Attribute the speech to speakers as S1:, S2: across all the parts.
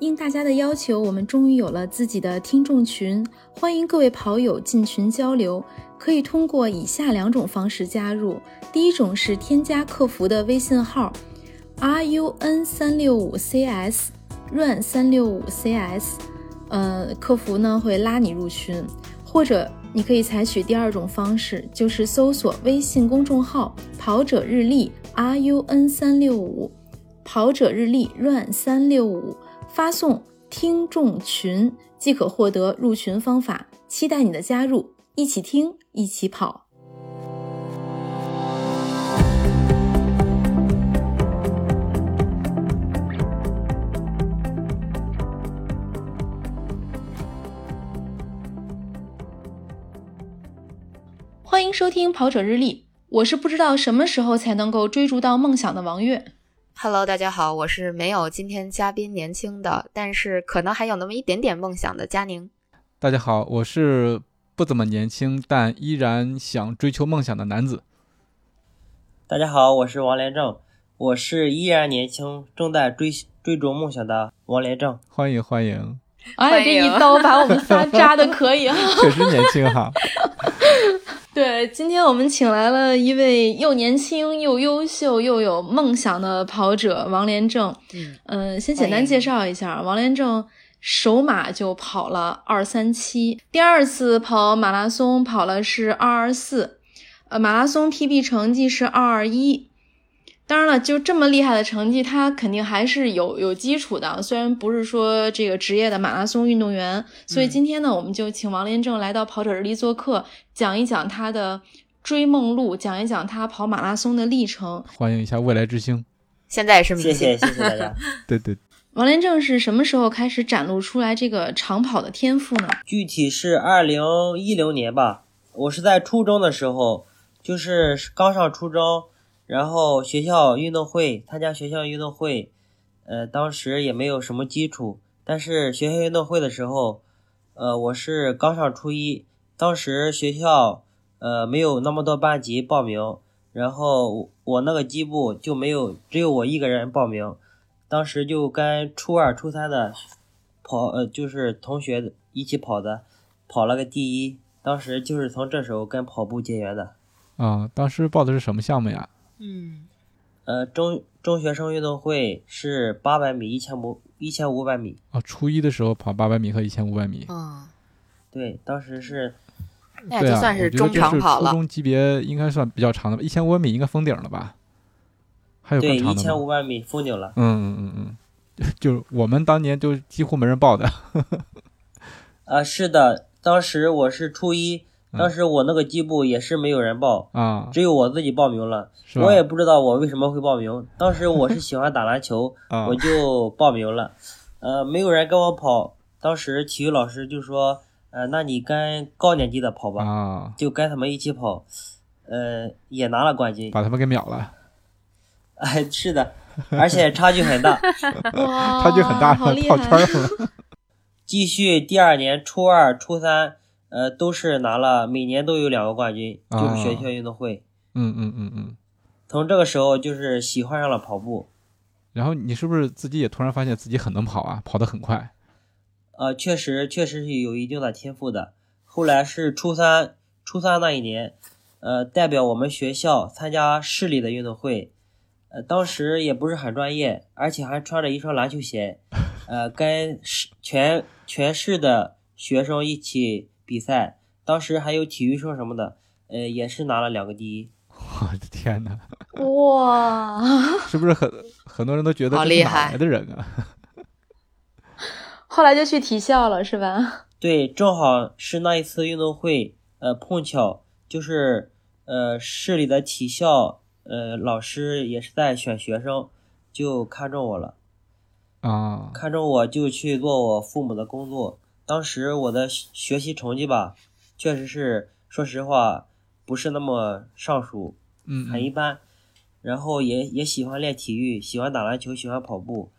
S1: 应大家的要求，我们终于有了自己的听众群，欢迎各位跑友进群交流。可以通过以下两种方式加入：第一种是添加客服的微信号 run 三六五 cs run 三六五 cs，呃，客服呢会拉你入群；或者你可以采取第二种方式，就是搜索微信公众号“跑者日历 run 三六五”，跑者日历 run 三六五，发送听众群即可获得入群方法。期待你的加入。一起听，一起跑。欢迎收听《跑者日历》，我是不知道什么时候才能够追逐到梦想的王悦。
S2: Hello，大家好，我是没有今天嘉宾年轻的，但是可能还有那么一点点梦想的佳宁。
S3: 大家好，我是。不怎么年轻，但依然想追求梦想的男子。
S4: 大家好，我是王连正，我是依然年轻，正在追追逐梦想的王连正。
S3: 欢迎欢 迎！
S1: 哎，这一刀把我们仨扎的可以啊！
S3: 确实年轻哈。
S1: 对，今天我们请来了一位又年轻又优秀又有梦想的跑者王连正。嗯、呃，先简单介绍一下王连正。首马就跑了二三七，第二次跑马拉松跑了是二二四，呃，马拉松 PB 成绩是二二一。当然了，就这么厉害的成绩，他肯定还是有有基础的，虽然不是说这个职业的马拉松运动员。所以今天呢，我们就请王连正来到跑者日历做客，讲一讲他的追梦路，讲一讲他跑马拉松的历程。
S3: 欢迎一下未来之星，
S2: 现在也是明
S4: 星，谢谢谢谢大家，
S3: 对对。
S1: 王连正是什么时候开始展露出来这个长跑的天赋呢？
S4: 具体是二零一零年吧，我是在初中的时候，就是刚上初中，然后学校运动会参加学校运动会，呃，当时也没有什么基础，但是学校运动会的时候，呃，我是刚上初一，当时学校呃没有那么多班级报名，然后我那个机部就没有，只有我一个人报名。当时就跟初二、初三的跑，呃，就是同学一起跑的，跑了个第一。当时就是从这时候跟跑步结缘的。
S3: 啊，当时报的是什么项目呀？
S2: 嗯，
S4: 呃，中中学生运动会是八百米、一千五、一千五百米。
S3: 啊，初一的时候跑八百米和一千五百米。
S2: 嗯，
S4: 对，当时是。
S2: 那也就哎算
S3: 是
S2: 中长跑了。
S3: 初中级别应该算比较长的吧，一千五百米应该封顶了吧？还有
S4: 对，一千五百米封顶了。
S3: 嗯嗯嗯嗯，就是我们当年就几乎没人报的。
S4: 啊，是的，当时我是初一，当时我那个机部也是没有人报
S3: 啊，
S4: 只有我自己报名了。我也不知道我为什么会报名，当时我是喜欢打篮球，
S3: 啊
S4: 我就报名了。呃，没有人跟我跑，当时体育老师就说：“呃，那你跟高年级的跑吧。”
S3: 啊，
S4: 就跟他们一起跑，呃，也拿了冠军，
S3: 把他们给秒了。
S4: 哎，是的，而且差距很 大，
S1: 哇，
S2: 啊
S3: 差距呃很大，
S1: 好厉
S3: 跑圈
S1: 害！
S3: 了。
S4: 继续第二年初二、初三，呃，都是拿了，每年都有两个冠军，
S3: 啊
S4: 就是学校运动会。
S3: 嗯嗯嗯嗯。
S4: 从这个时候就是喜欢上了跑步，
S3: 然后你是不是自己也突然发现自己很能跑啊，跑得很快？
S4: 呃，确实确实是有一定的天赋的。后来是初三，初三那一年，呃，代表我们学校参加市里的运动会，呃，当时也不是很专业，而且还穿着一双篮球鞋，呃，跟市全全市的学生一起比赛，当时还有体育生什么的，呃，也是拿了两个第一。
S3: 我的天哪，
S1: 哇，
S3: 是不是很很多人都觉得
S2: 好
S3: 这
S2: 厉
S3: 是哪
S2: 害
S3: 来的人啊？
S1: 后来就去体校了是吧？
S4: 对，正好是那一次运动会，呃，碰巧就是呃市里的体校呃老师也是在选学生，就看中我了，
S3: 啊，
S4: 看中我就去做我父母的工作。当时我的学学习成绩吧，确实是说实话不是那么上数，
S3: 嗯，
S4: 很一般。然后也也喜欢练体育，喜欢打篮球，喜欢跑步，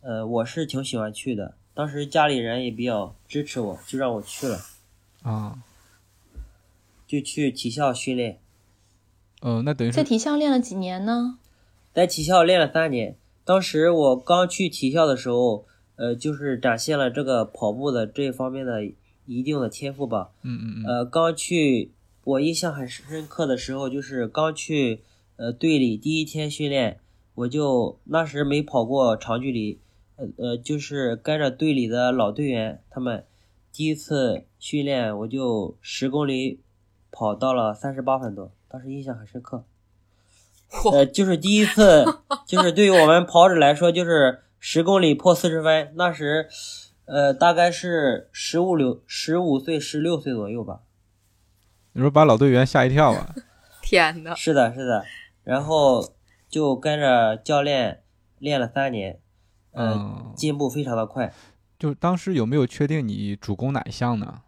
S4: 呃，我是挺喜欢去的。当时家里人也比较支持我，就让我去了。哎
S3: 啊，
S4: 就去体校训练，
S3: 呃，那等于
S1: 在
S3: 是
S1: 体校练了几年呢？
S4: 在体校练了三年。当时我刚去体校的时候，呃，就是展现了这个跑步的这方面的一定的天赋吧。
S3: 嗯嗯嗯，
S4: 呃，刚去我印象很深刻的时候，就是刚去呃队里第一天训练，我就那时没跑过长距离，呃呃，就是跟着队里的老队员他们第一次训练，我就十公里跑到了三十八分多，当时印象很深刻。
S2: 嚯
S4: 呃，就是第一次，就是对于我们跑者来说，就是十公里破四十分，那时，呃，大概是十五六、十五岁、十六岁左右吧。
S3: 你说把老队员吓一跳啊？
S2: 天 呐，
S4: 是的，是的。然后就跟着教练练了三年，呃，
S3: 嗯，
S4: 进步非常的快。
S3: 就是当时有没有确定你主攻哪一项呢？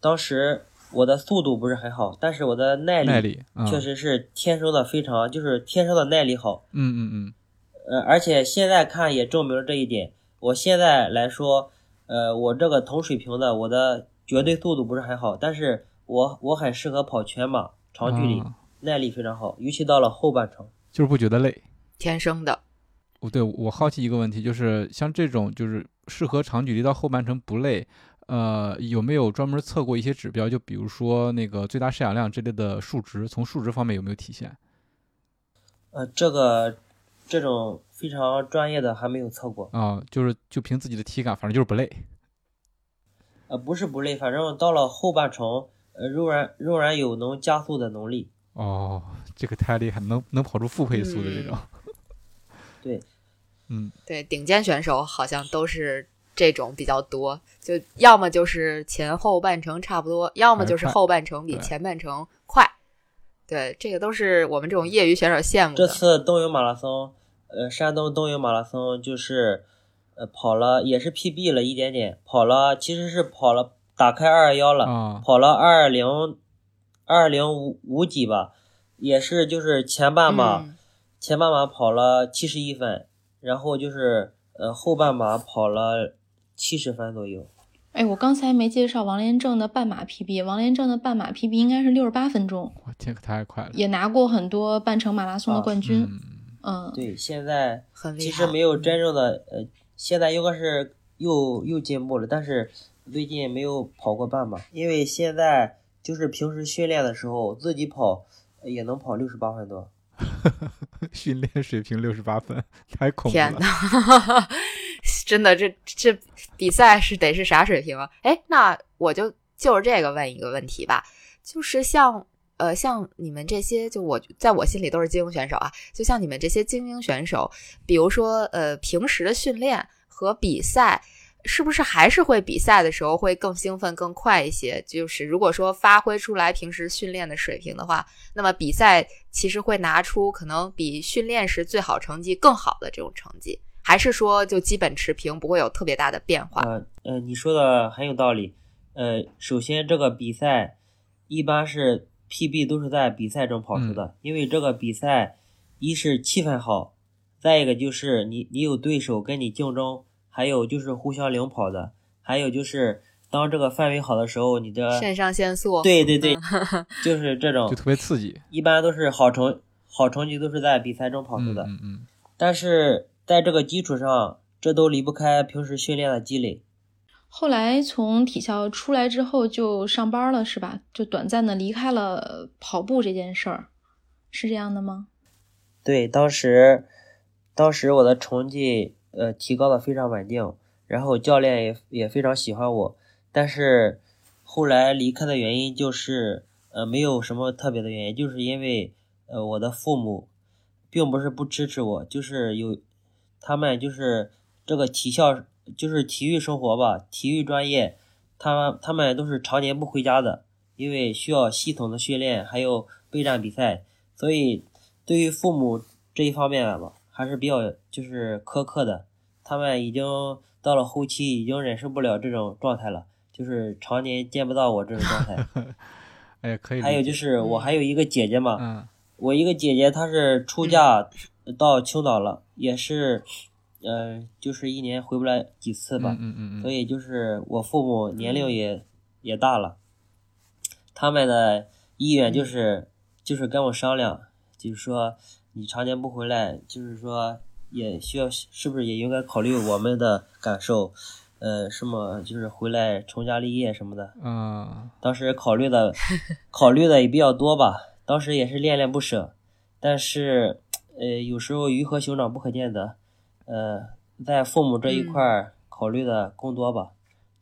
S4: 当时我的速度不是很好，但是我的耐力
S3: 耐力，嗯
S4: 确，实是天生的非常，就是天生的耐力好。
S3: 嗯嗯嗯，
S4: 呃，而且现在看也证明了这一点。我现在来说，呃，我这个同水平的，我的绝对速度不是很好，但是我我很适合跑全马、长距离，
S3: 啊
S4: 耐力非常好，尤其到了后半程。
S3: 就是不觉得累。
S2: 天生的，
S3: 我对我好奇一个问题，就是像这种就是适合长距离到后半程不累，呃，有没有专门测过一些指标？就比如说那个最大摄氧量之类的数值，从数值方面有没有体现？
S4: 呃，这个这种非常专业的还没有测过。
S3: 啊、就是就凭自己的体感，反正就是不累。
S4: 呃，不是不累，反正到了后半程，呃，仍然仍然有能加速的能力。
S3: 哦，这个太厉害，能能跑出负配速的这种。
S4: 嗯对，
S3: 嗯，
S2: 对，顶尖选手好像都是这种比较多，就要么就是前后半程差不多，要么就是
S3: 快
S2: 后半程比
S3: 对
S2: 前半程快。对，这个都是我们这种业余选手羡慕
S4: 这
S2: 的。
S4: 次冬泳马拉松，呃，山东冬泳马拉松就是，呃，跑了也是 PB 了一点点，跑了其实是跑了打开二二幺了，
S3: 啊
S4: 跑了二零二零五五几吧，也是就是前半马、
S2: 嗯
S4: 前半马跑了七十一分，然后就是呃后半马跑了七十分左右。
S1: 哎，我刚才没介绍王连正的半马 PB，王连正的半马 PB 应该是六十八分钟，
S3: 我天，可太快了。
S1: 也拿过很多半程马拉松的
S4: 啊
S1: 冠军。
S3: 嗯，
S1: 嗯，
S4: 对，现在
S2: 很厉
S4: 其
S2: 害。嗯
S4: 实没有真正的呃，现在应该是又又进步了，但是最近没有跑过半马，因为现在就是平时训练的时候自己跑呃也能跑六十八分多。
S3: 训练水平六十八分，太恐怖
S2: 天
S3: 了。
S2: 呐， 真的，这这比赛是得是啥水平啊？哎，那我就就是这个问一个问题吧，就是像呃像你们这些，就我在我心里都是精英选手啊，就像你们这些精英选手，比如说呃平时的训练和比赛。是不是还是会比赛的时候会更兴奋、更快一些？就是如果说发挥出来平时训练的水平的话，那么比赛其实会拿出可能比训练时最好成绩更好的这种成绩，还是说就基本持平，不会有特别大的变化？
S4: 呃呃，你说的很有道理。呃，首先这个比赛一般是 PB 都是在比赛中跑出
S3: 嗯
S4: 的，因为这个比赛一是气氛好，再一个就是你你有对手跟你竞争，还有就是互相领跑的，还有就是当这个范围好的时候，你的
S2: 肾上腺素，
S4: 对对对，就是这种
S3: 就，特别刺激。
S4: 一般都是好成好成绩都是在比赛中跑出
S3: 嗯
S4: 的。
S3: 嗯嗯，
S4: 但是在这个基础上，这都离不开平时训练的积累。
S1: 后来从体校出来之后就上班了，是吧？就短暂的离开了呃跑步这件事儿，是这样的吗？
S4: 对，当时，当时我的成绩呃提高的非常稳定，然后教练也也非常喜欢我，但是后来离开的原因就是呃没有什么特别的原因，就是因为呃我的父母并不是不支持我，就是有他们就是这个体校就是体育生活吧，体育专业，他他们都是常年不回家的，因为需要系统的训练，还有备战比赛，所以对于父母这一方面吧，还是比较就是苛刻的。他们已经到了后期，已经忍受不了这种状态了，就是常年见不到我这种 状态。
S3: 哎呀，可以理解。
S4: 还有就是我还有一个姐姐嘛，
S3: 嗯，
S4: 我一个姐姐她是出嫁到青岛了，也是，呃，就是一年回不来几次
S3: 嗯
S4: 吧。
S3: 嗯嗯
S4: 所
S3: 嗯，
S4: 以就是我父母年龄也、也大了，他们的意愿就是、就是跟我商量，就是说你常年不回来，就是说也需要是不是也应该考虑我们的感受？呃，什么就是回来成家立业什么的，
S3: 嗯，
S4: 当时考虑的考虑的也比较多吧，当时也是恋恋不舍，但是呃，有时候鱼和熊掌不可兼得，呃，在父母这一块儿考虑的更多吧，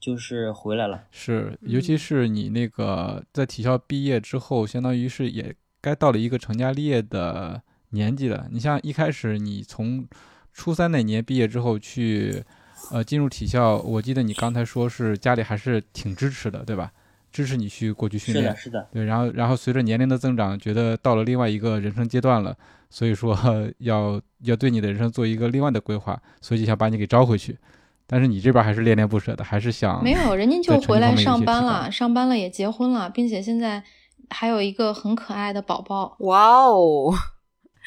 S4: 就是回来了。
S3: 是，尤其
S1: 嗯
S3: 是你那个在体校毕业之后，相当于是也该到了一个成家立业的年纪了。你像一开始你从初三那年毕业之后去，呃，进入体校，我记得你刚才说是家里还是挺支持的，对吧？支持你去过去训
S4: 是
S3: 练
S4: 的，，是的，
S3: 对，然后然后随着年龄的增长，觉得到了另外一个人生阶段了，所以说要要对你的人生做一个另外的规划，所以就想把你给招回去。但是你这边还是恋恋不舍的，还是想
S1: 没有，人家
S3: 啊对
S1: 就回
S3: 成绩
S1: 来
S3: 方面有一
S1: 上
S3: 些
S1: 班
S3: 提高
S1: 了，上班了也结婚了，并且现在还有一个很可爱的宝宝。
S2: 哇哦，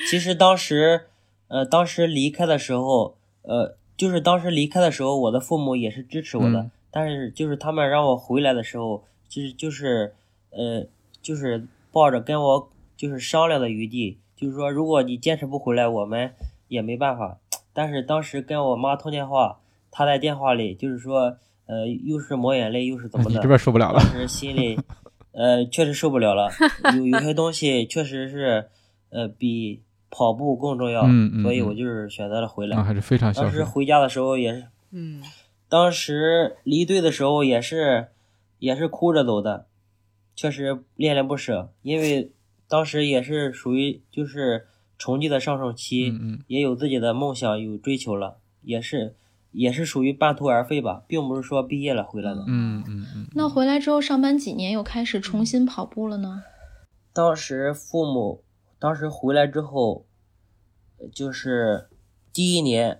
S4: 其实当时，呃，当时离开的时候，呃，就是当时离开的时候，我的父母也是支持我的，
S3: 嗯
S4: 但是就是他们让我回来的时候，就是就是，呃，就是抱着跟我就是商量的余地，就是说如果你坚持不回来，我们也没办法。但是当时跟我妈通电话，她在电话里就是说，呃，又是抹眼泪，又是怎 么
S3: 你
S4: 的，
S3: 这边受不了了
S4: 当。时心里，呃，确实受不了了。有有些东西确实是，呃，比跑步更重要，
S3: 嗯嗯
S4: 所以
S3: 嗯
S4: 我就是选择了回来。
S3: 啊，还是非常孝
S4: 当时
S3: 顺。
S4: 回家的时候也是，
S2: 嗯，
S4: 当时离队的时候也是，也是哭着走的，确实恋恋不舍，因为当时也是属于就是成绩的上升期，
S3: 嗯嗯，
S4: 也有自己的梦想有追求了，也是也是属于半途而废吧，并不是说毕业了回来的。
S3: 嗯嗯嗯，
S1: 那回来之后上班几年，又开始重新跑步了呢？
S4: 当时父母当时回来之后，呃就是第一年，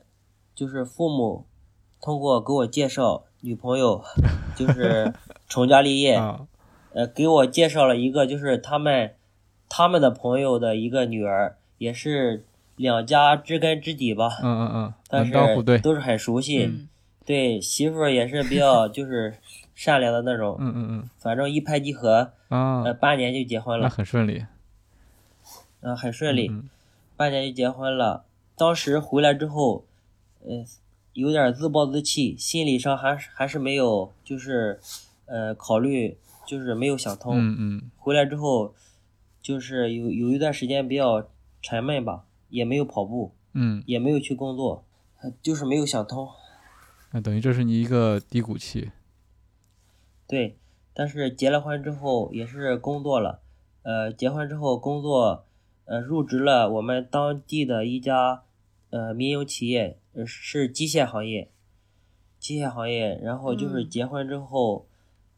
S4: 就是父母通过给我介绍女朋友，就是 成家立业，
S3: 啊，
S4: 呃，给我介绍了一个就是他们他们的朋友的一个女儿，也是两家知根知底吧，
S3: 嗯嗯嗯，
S4: 但
S3: 门当户对
S4: 是，都是很熟悉，
S2: 嗯
S4: 对媳妇儿也是比较就是善良的那种，
S3: 嗯嗯
S4: 反正一拍即合，
S3: 嗯
S4: 呃，
S3: 啊，
S4: 八年就结婚
S3: 那
S4: 了，
S3: 很顺利，
S4: 嗯、很顺利。
S3: 嗯
S4: 半年就结婚了。当时回来之后，呃，有点自暴自弃，心理上还是还是没有，就是，呃，考虑就是没有想通。
S3: 嗯嗯
S4: 回来之后，就是有有一段时间比较沉闷吧，也没有跑步，
S3: 嗯，
S4: 也没有去工作，呃就是没有想通。
S3: 那等于这是你一个低谷期，
S4: 对，但是结了婚之后也是工作了，呃，结婚之后工作，呃，入职了我们当地的一家呃民营企业，呃是机械行业，机械行业。然后就是
S1: 嗯
S4: 结婚之后，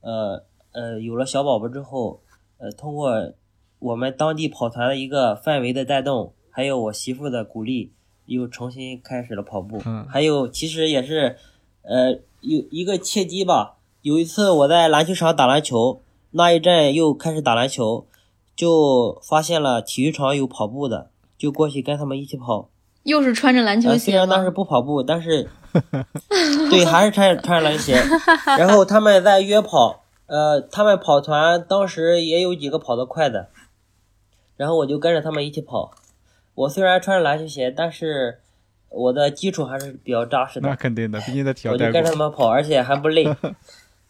S4: 呃呃，有了小宝宝之后，呃，通过我们当地跑团的一个范围的带动，还有我媳妇的鼓励，又重新开始了跑步。
S3: 嗯
S4: 还有其实也是，呃，有一个契机吧。有一次我在篮球场打篮球，那一阵又开始打篮球，就发现了体育场有跑步的，就过去跟他们一起跑。
S1: 又是穿着篮球
S4: 呃，虽
S1: 鞋
S4: 然当时
S1: 吗？
S4: 不跑步，但是，对，还是穿穿着篮鞋。然后他们在约跑，呃，他们跑团当时也有几个跑得快的，然后我就跟着他们一起跑。我虽然穿着篮球鞋，但是我的基础还是比较扎实
S3: 那
S4: 的，
S3: 肯定的，毕竟在体校
S4: 我就
S3: 待
S4: 跟着
S3: 过
S4: 他。们跑，而且还不累。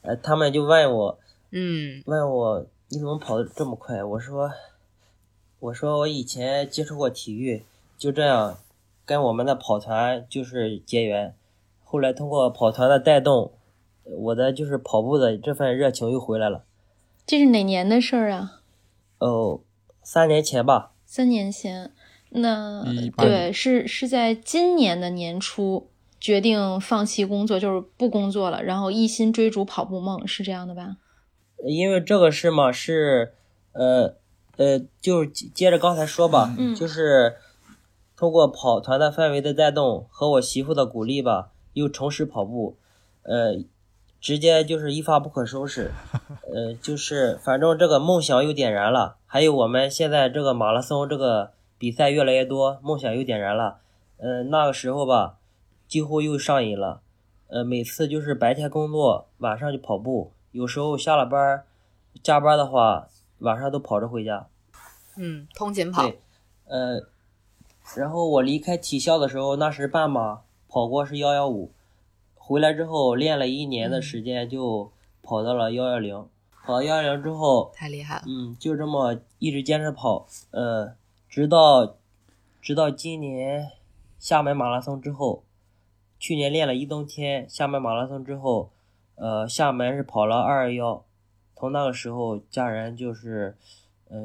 S4: 呃，他们就问我，
S2: 嗯
S4: 问我你怎么跑得这么快？啊我说，我说我以前接触过体育，就这样跟我们的跑团就是结缘，后来通过跑团的带动，我的就是跑步的这份热情又回来了。
S1: 这是哪年的事儿啊？
S4: 哦，三年前吧，
S1: 三年前。那
S3: 18
S1: 对，
S3: 年
S1: 是是在今年的年初决定放弃工作，就是不工作了，然后一心追逐跑步梦，是这样的吧？
S4: 因为这个事嘛是，呃呃，就是接接着刚才说吧，
S1: 嗯
S4: 就是通过跑团的范围的带动和我媳妇的鼓励吧，又重拾跑步，呃，直接就是一发不可收拾，呃，就是反正这个梦想又点燃了，还有我们现在这个马拉松这个比赛越来越多，梦想又点燃了，呃，那个时候吧，几乎又上瘾了。呃，每次就是白天工作，晚上就跑步，有时候下了班儿，加班的话，晚上都跑着回家。
S2: 嗯，通勤跑
S4: 对，呃，然后我离开体校的时候，那时半马跑过是幺幺五，回来之后练了一年的时间，就跑到了幺幺零。跑到幺幺零之后，
S2: 太厉害了。
S4: 嗯，就这么一直坚持跑，呃，直到直到今年厦门马拉松之后，去年练了一冬天，厦门马拉松之后，呃，厦门是跑了二幺，从那个时候家人就是，呃，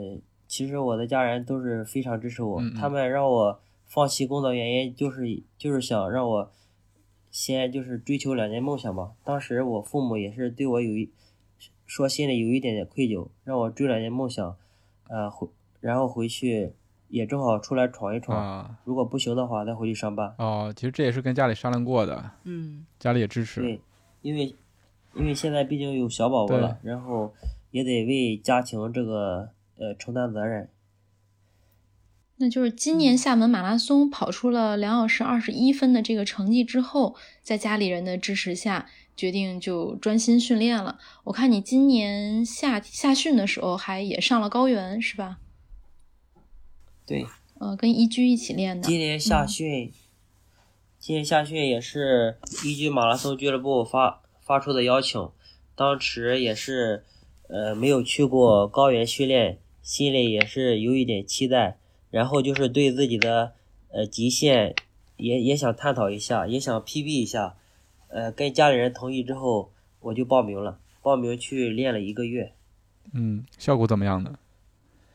S4: 其实我的家人都是非常支持我，
S3: 嗯嗯
S4: 他们让我放弃工作原因就是就是想让我先就是追求两年梦想吧。当时我父母也是对我有一说心里有一点点愧疚，让我追两年梦想，呃，回然后回去也正好出来闯一闯，
S3: 啊
S4: 如果不行的话再回去上班。
S3: 哦，其实这也是跟家里商量过的，
S2: 嗯，
S3: 家里也支持。
S4: 对，因为因为现在毕竟有小宝宝了，然后也得为家庭这个呃承担责任。
S1: 那就是今年厦门马拉松跑出了两小时二十一分的这个成绩之后，在家里人的支持下，决定就专心训练了。我看你今年夏夏训的时候还也上了高原是吧？
S4: 对，
S1: 呃，跟一居一起练的
S4: 今。年夏训，今年夏训也是一居马拉松俱乐部发发出的邀请，当时也是呃没有去过高原训练，心里也是有一点期待，然后就是对自己的呃极限也也想探讨一下，也想 PB 一下，呃，跟家里人同意之后，我就报名了，报名去练了一个月。
S3: 嗯，效果怎么样呢？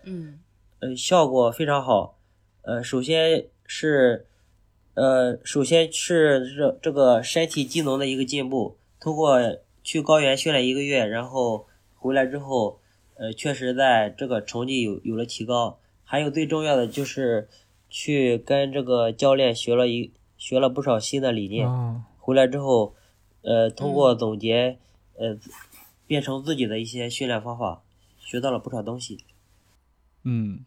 S2: 嗯，
S4: 呃，效果非常好。呃，首先是，呃，首先是这这个身体机能的一个进步。通过去高原训练一个月，然后回来之后，呃，确实在这个成绩有有了提高。还有最重要的就是，去跟这个教练学了一学了不少新的理念。
S3: 哦，
S4: 回来之后，呃，通过总结，呃，变成自己的一些训练方法，学到了不少东西。
S3: 嗯，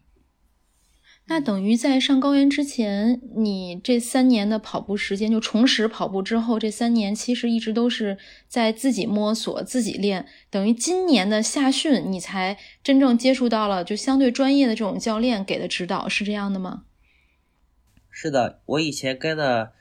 S1: 那等于在上高原之前，你这三年的跑步时间，就重拾跑步之后这三年，其实一直都是在自己摸索、自己练。等于今年的夏训，你才真正接触到了就相对专业的这种教练给的指导，是这样的吗？
S4: 是的，我以前跟的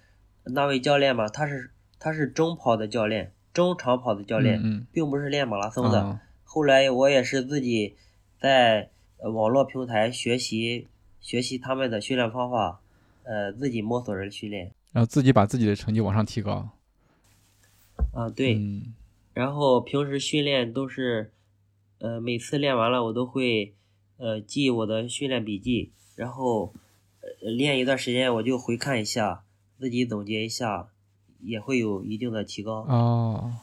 S4: 那位教练嘛，他是他是中跑的教练，中长跑的教练，
S3: 嗯
S4: 并不是练马拉
S3: 嗯，
S4: 松的。
S3: 啊
S4: 后来我也是自己在呃网络平台学习学习他们的训练方法，呃，自己摸索着训练。
S3: 然后自己把自己的成绩往上提高。
S4: 啊，对，
S3: 嗯
S4: 然后平时训练都是，呃，每次练完了我都会，呃，记我的训练笔记，然后，呃，练一段时间我就回看一下，自己总结一下，也会有一定的提高。
S3: 哦，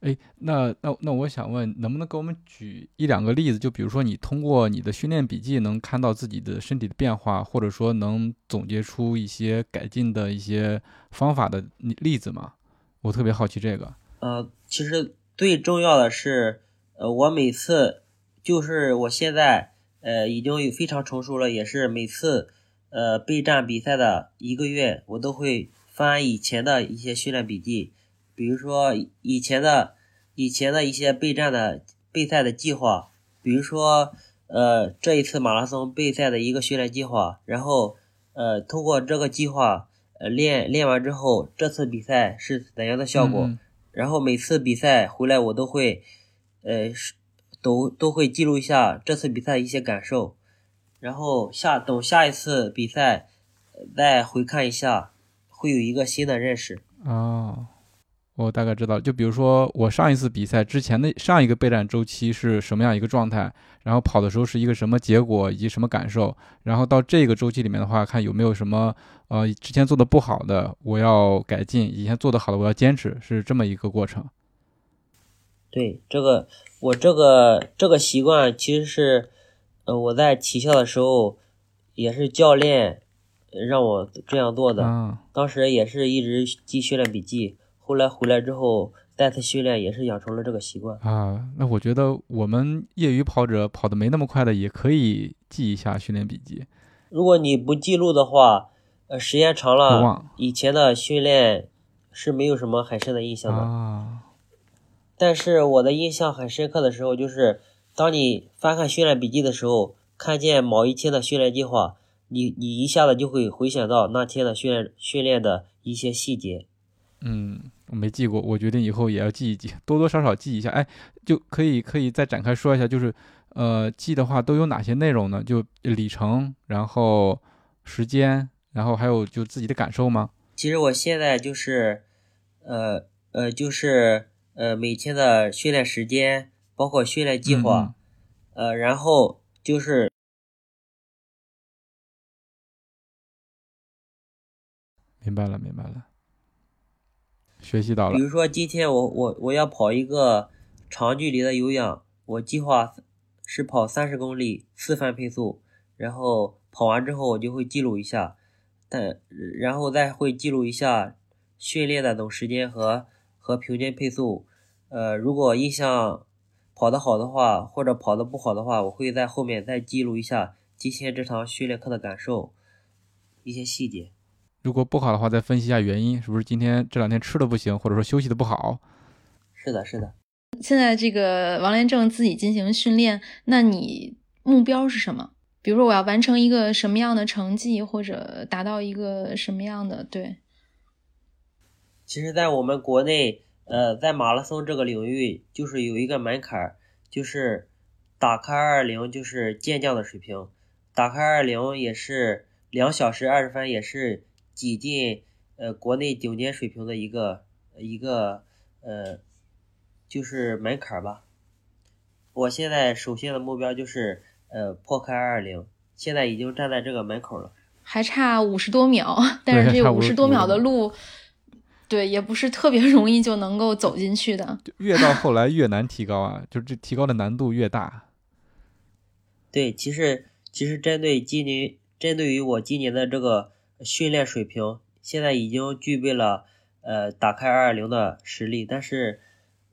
S3: 哎，那那那我想问，能不能给我们举一两个例子？就比如说，你通过你的训练笔记能看到自己的身体的变化，或者说能总结出一些改进的一些方法的例例子吗？我特别好奇这个。
S4: 呃，其实最重要的是，呃，我每次就是我现在呃已经有非常成熟了，也是每次呃备战比赛的一个月，我都会翻以前的一些训练笔记，比如说以以前的以前的一些备战的备赛的计划，比如说呃这一次马拉松备赛的一个训练计划，然后呃通过这个计划。呃，练练完之后，这次比赛是怎样的效果？
S3: 嗯
S4: 然后每次比赛回来，我都会，呃，是都都会记录一下这次比赛一些感受，然后下等下一次比赛呃再回看一下，会有一个新的认识。
S3: 哦，我大概知道。就比如说，我上一次比赛之前的上一个备战周期是什么样一个状态，然后跑的时候是一个什么结果以及什么感受，然后到这个周期里面的话，看有没有什么呃之前做的不好的，我要改进；以前做的好的，我要坚持，是这么一个过程。
S4: 对这个，我这个这个习惯其实是，呃，我在体校的时候也是教练呃让我这样做的，
S3: 啊，
S4: 当时也是一直记训练笔记，后来回来之后再次训练也是养成了这个习惯。
S3: 啊，那我觉得我们业余跑者跑得没那么快的，也可以记一下训练笔记。
S4: 如果你不记录的话，呃，时间长
S3: 不
S4: 了
S3: 忘，
S4: 以前的训练是没有什么很深的印象的。
S3: 啊，
S4: 但是我的印象很深刻的时候，就是当你翻看训练笔记的时候，看见某一天的训练计划，你你一下子就会回想到那天的训练训练的一些细节。
S3: 嗯，我没记过，我决定以后也要记一记，多多少少记一下。哎，就可以可以再展开说一下，就是呃，记的话都有哪些内容呢？就里程，然后时间，然后还有就自己的感受吗？
S4: 其实我现在就是，呃呃，就是呃每天的训练时间，包括训练计
S3: 嗯
S4: 划，呃，然后就是
S3: 明白了，明白了，学习到
S4: 比
S3: 了。
S4: 如说今天我我我要跑一个长距离的有氧，我计划是跑三十公里，四番配速，然后跑完之后我就会记录一下，但然后再会记录一下训练的总时间和和平均配速。呃，如果印象跑得好的话，或者跑得不好的话，我会在后面再记录一下今天这堂训练课的感受，一些细节。
S3: 如果不好的话，再分析一下原因，是不是今天这两天吃的不行，或者说休息的不好？
S4: 是的，是的。
S1: 现在这个王连正自己进行训练，那你目标是什么？比如说我要完成一个什么样的成绩，或者达到一个什么样的对？
S4: 其实，在我们国内，呃，在马拉松这个领域，就是有一个门槛儿，就是打开二零就是健将的水平，打开二零也是两小时二十分，也是挤进呃国内顶尖水平的一个一个呃，就是门槛儿吧。我现在首先的目标就是呃破开二零，现在已经站在这个门口了。
S1: 还差五十多秒，但是
S3: 对
S1: 这
S3: 差
S1: 五十
S3: 50
S1: 多秒的
S3: 多
S1: 路，对，也不是特别 容易就能够走进去的。
S3: 就越到后来越难提高啊，就是这提高的难度越大。
S4: 对，其实其实针对今年，针对于我今年的这个训练水平，现在已经具备了呃打开二二零的实力，但是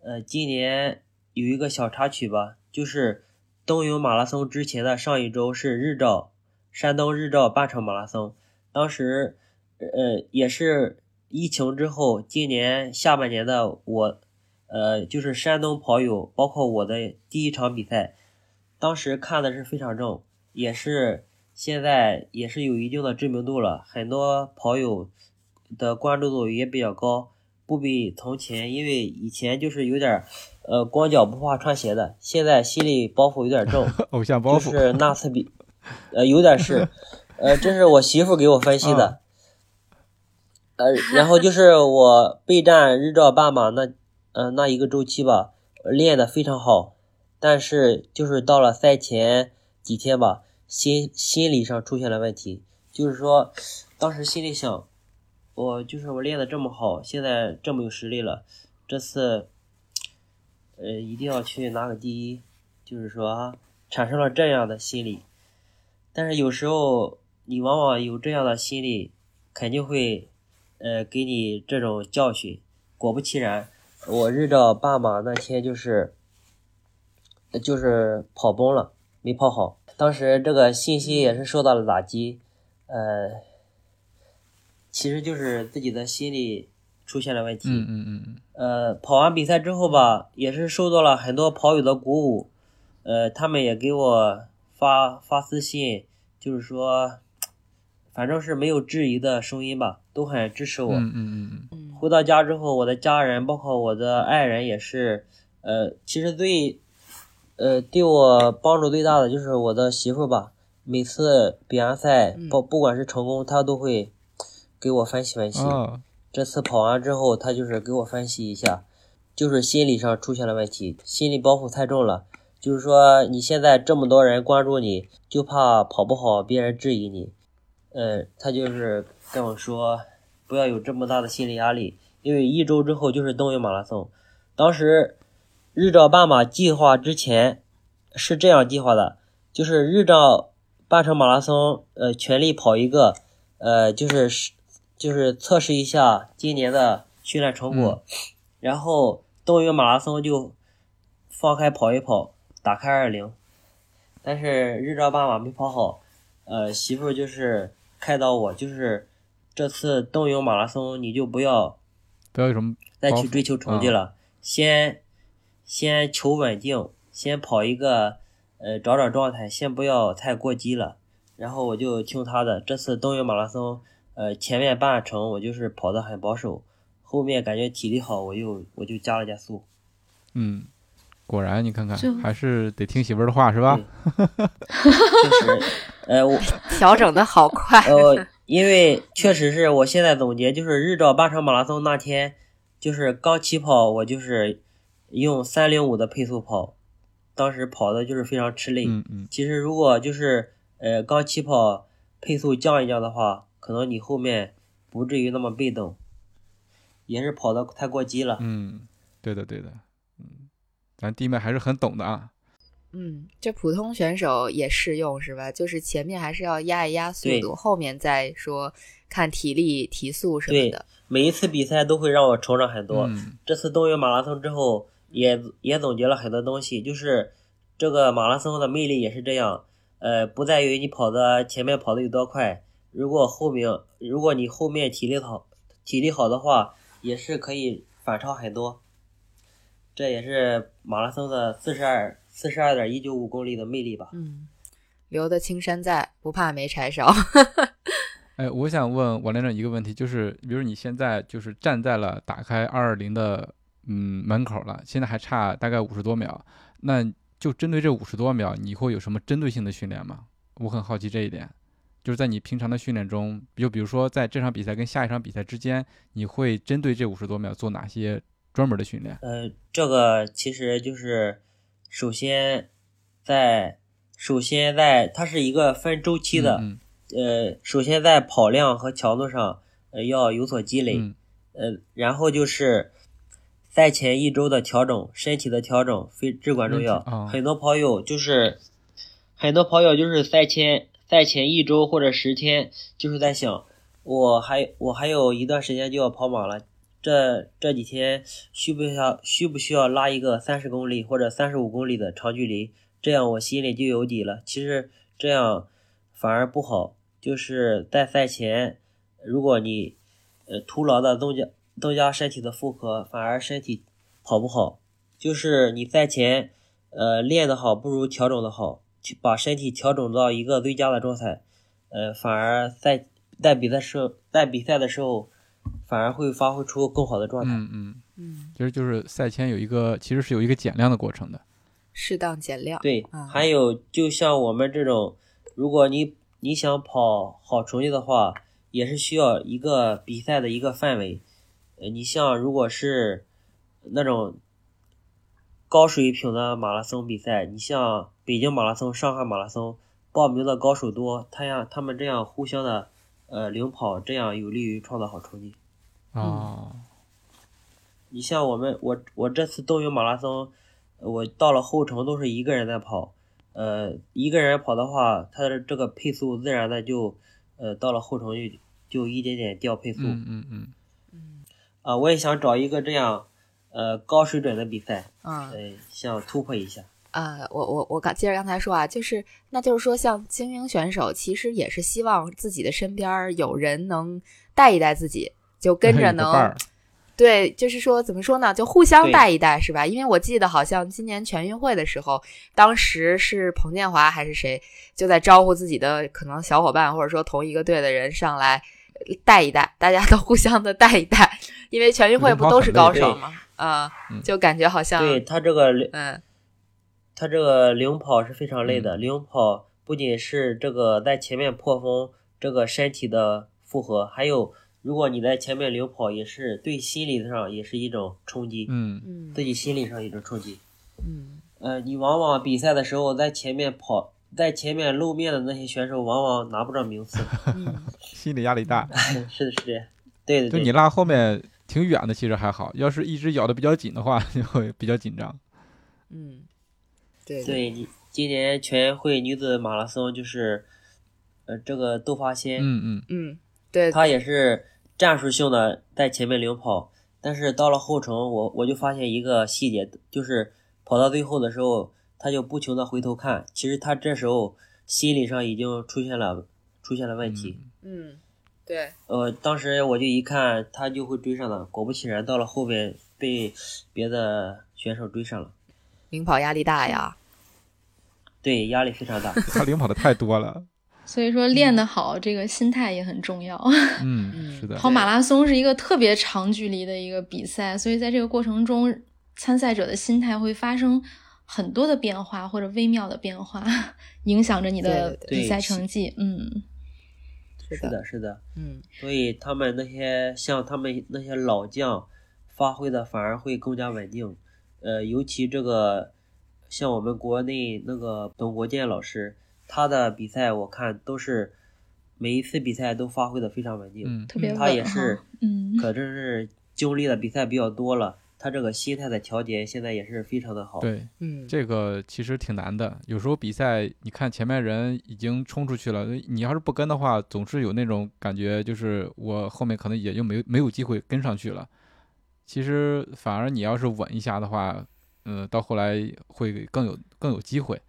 S4: 呃今年有一个小插曲吧，就是冬泳马拉松之前的上一周是日照，山东日照半程马拉松，当时呃也是疫情之后，今年下半年的我，呃就是山东跑友，包括我的第一场比赛。当时看的是非常正，也是现在也是有一定的知名度了，很多跑友的关注度也比较高，不比从前，因为以前就是有点儿，呃，光脚不怕穿鞋的，现在心里包袱有点重，
S3: 偶像包袱，
S4: 就是那次比，呃，有点是，呃，这是我媳妇给我分析的，
S3: 嗯
S4: 呃，然后就是我备战日照半马那，呃，那一个周期吧，练得非常好，但是就是到了赛前几天吧，心心理上出现了问题，就是说，当时心里想，我就是我练得这么好，现在这么有实力了，这次，呃，一定要去拿个第一，就是说、啊、产生了这样的心理，但是有时候你往往有这样的心理，肯定会，呃，给你这种教训。果不其然，我日照半马那天就是，呃就是跑崩了，没跑好。当时这个信息也是受到了打击，呃，其实就是自己的心理出现了问题。
S3: 嗯嗯嗯嗯，
S4: 呃，跑完比赛之后吧，也是受到了很多跑友的鼓舞，呃，他们也给我发发私信，就是说，反正是没有质疑的声音吧，都很支持我。
S3: 嗯嗯嗯嗯，
S4: 回到家之后，我的家人，包括我的爱人，也是，呃，其实最，呃，对我帮助最大的就是我的媳妇吧。每次比完赛，
S3: 嗯
S4: 不不管是成功，她都会给我分析分析。
S3: 哦，
S4: 这次跑完之后，他就是给我分析一下，就是心理上出现了问题，心理包袱太重了。就是说，你现在这么多人关注你，就怕跑不好别人质疑你。呃，他就是跟我说，不要有这么大的心理压力，因为一周之后就是冬泳马拉松。当时日照半马计划之前是这样计划的，就是日照半程马拉松，呃，全力跑一个，呃，就是是就是测试一下今年的训练成果，然后冬泳马拉松就放开跑一跑，打开二零，但是日照半马没跑好，呃，媳妇儿就是开导我，就是这次冬泳马拉松你就不要
S3: 不要有什么
S4: 再
S3: 包
S4: 去
S3: 袱
S4: 追求成绩
S3: 啊
S4: 了，先先求稳定，先跑一个呃找找状态，先不要太过激了。然后我就听他的。这次冬泳马拉松，呃，前面半程我就是跑得很保守，后面感觉体力好，我又我就加了加速。
S3: 嗯，果然你看看
S1: 就，
S3: 还是得听媳妇儿的话是吧？
S4: 确实， 呃，我。
S2: 调整的好快
S4: 呃，因为确实是我现在总结，就是日照八场马拉松那天，就是刚起跑，我就是用三零五的配速跑，当时跑的就是非常吃力。
S3: 嗯嗯，
S4: 其实如果就是呃刚起跑配速降一降的话，可能你后面不至于那么被动，也是跑的太过激了。
S3: 嗯，对的对的，嗯，咱弟妹还是很懂的啊。
S2: 嗯，这普通选手也适用是吧？就是前面还是要压一压速
S4: 对
S2: 度，后面再说看体力、提速什么
S4: 对
S2: 的。
S4: 每一次比赛都会让我成长很多。
S3: 嗯
S4: 这次冬泳马拉松之后也也总结了很多东西，就是这个马拉松的魅力也是这样，呃，不在于你跑的前面跑的有多快，如果后面如果你后面体力好，体力好的话，也是可以反超很多。这也是马拉松的四十二四十二点一九五公里的魅力吧。
S2: 嗯，留得青山在，不怕没柴烧。
S3: 哎，我想问王连长一个问题，就是比如你现在就是站在了打开二二零的嗯门口了，现在还差大概五十多秒，那就针对这五十多秒，你会有什么针对性的训练吗？我很好奇这一点，就是在你平常的训练中，就比如说在这场比赛跟下一场比赛之间，你会针对这五十多秒做哪些专门的训练？
S4: 呃，这个其实就是首先在首先在它是一个分周期的，
S3: 嗯
S4: 呃，首先在跑量和强度上，呃，要有所积累，
S3: 嗯
S4: 呃，然后就是赛前一周的调整，身体的调整非至关重要。
S3: 身体啊
S4: 很多跑友就是，很多跑友就是赛前赛前一周或者十天，就是在想，我还我还有一段时间就要跑马了，这这几天需不需要需不需要拉一个三十公里或者三十五公里的长距离？这样我心里就有底了。其实这样反而不好，就是在赛前，如果你呃徒劳的增加增加身体的负荷，反而身体跑不好。就是你赛前呃练得好，不如调整的好，去把身体调整到一个最佳的状态，呃，反而在在比赛时候在比赛的时候，反而会发挥出更好的状态。
S3: 嗯嗯，
S2: 嗯，
S3: 其实就是赛前有一个其实是有一个减量的过程的。
S2: 适当减量。
S4: 对
S2: 啊，
S4: 还有就像我们这种，如果你你想跑好成绩的话，也是需要一个比赛的一个范围。呃，你像如果是那种高水平的马拉松比赛，你像北京马拉松、上海马拉松，报名的高手多，他呀他们这样互相的呃领跑，这样有利于创造好成绩。
S2: 嗯
S3: 哦，
S4: 你像我们，我我这次冬泳马拉松，我到了后程都是一个人在跑，呃，一个人跑的话，他的这个配速自然的就，呃，到了后程就就一点点掉配速啊、
S3: 嗯嗯嗯，
S4: 我也想找一个这样，呃，高水准的比赛，
S2: 嗯，
S4: 呃，想突破一下。
S2: 呃，我我我刚接着刚才说啊，就是那就是说，像精英选手其实也是希望自己的身边儿有人能带一带自己，就跟
S3: 有
S2: 着
S3: 个伴
S2: 能
S3: 儿
S2: 对，就是说怎么说呢，就互相
S4: 对
S2: 带一带是吧？因为我记得好像今年全运会的时候，当时是彭建华还是谁就在招呼自己的可能小伙伴或者说同一个队的人上来呃带一带，大家都互相的带一带，因为全运会
S3: 领
S2: 不
S3: 跑
S2: 都
S3: 很
S2: 是
S3: 累
S2: 高
S4: 对
S2: 手吗？啊、
S3: 嗯
S2: 就感觉好像
S4: 对他这个
S2: 嗯。
S4: 他这个领跑是非常累
S3: 嗯
S4: 的，领跑不仅是这个在前面破风这个身体的负荷，还有如果你在前面领跑，也是对心理上也是一种冲击，
S3: 嗯
S2: 嗯
S4: 自己心理上一种冲击。
S2: 嗯
S4: 呃，你往往比赛的时候在前面跑，在前面露面的那些选手，往往拿不着名 次。
S2: 嗯，
S3: 心理压力大。
S4: 是的，是的，嗯对的，
S3: 就
S4: 对
S3: 你
S4: 的。
S3: 拉后面挺远的，其实还好。要是一直咬得比较紧的话，就会比较紧张。
S2: 嗯， 对，
S4: 对你今年全运会女子马拉松就是，呃，这个窦华先，
S3: 嗯嗯，
S2: 嗯对，
S4: 他也是战术性的在前面领跑，但是到了后程，我我就发现一个细节，就是跑到最后的时候，他就不停的回头看，其实他这时候心理上已经出现了出现了问题。
S2: 嗯对，
S4: 呃，当时我就一看他就会追上的，果不其然，到了后面被别的选手追上了，
S2: 领跑压力大呀，
S4: 对，压力非常大。
S3: 他领跑的太多了。
S1: 所以说练得好，这个心态也很重要。
S3: 嗯，是的，
S1: 跑马拉松是一个特别长距离的一个比赛，所以在这个过程中，参赛者的心态会发生很多的变化或者微妙的变化，影响着你的
S2: 对
S4: 对
S1: 比赛成绩。嗯，
S2: 是
S4: 是的，是的。
S2: 嗯，
S4: 所以他们那些像他们那些老将，发挥的反而会更加稳定。呃，尤其这个像我们国内那个董国建老师，他的比赛我看都是每一次比赛都发挥的非常稳定。
S3: 嗯，
S1: 特别稳
S4: 他也
S1: 哈
S4: 是，
S1: 嗯，
S4: 可真是经历的比赛比较多了，他这个心态的调节现在也是非常的好。
S3: 对，
S2: 嗯，
S3: 这个其实挺难的。有时候比赛，你看前面人已经冲出去了，你要是不跟的话，总是有那种感觉，就是我后面可能也就没没有机会跟上去了。其实反而你要是稳一下的话，嗯、到后来会更有更有机会，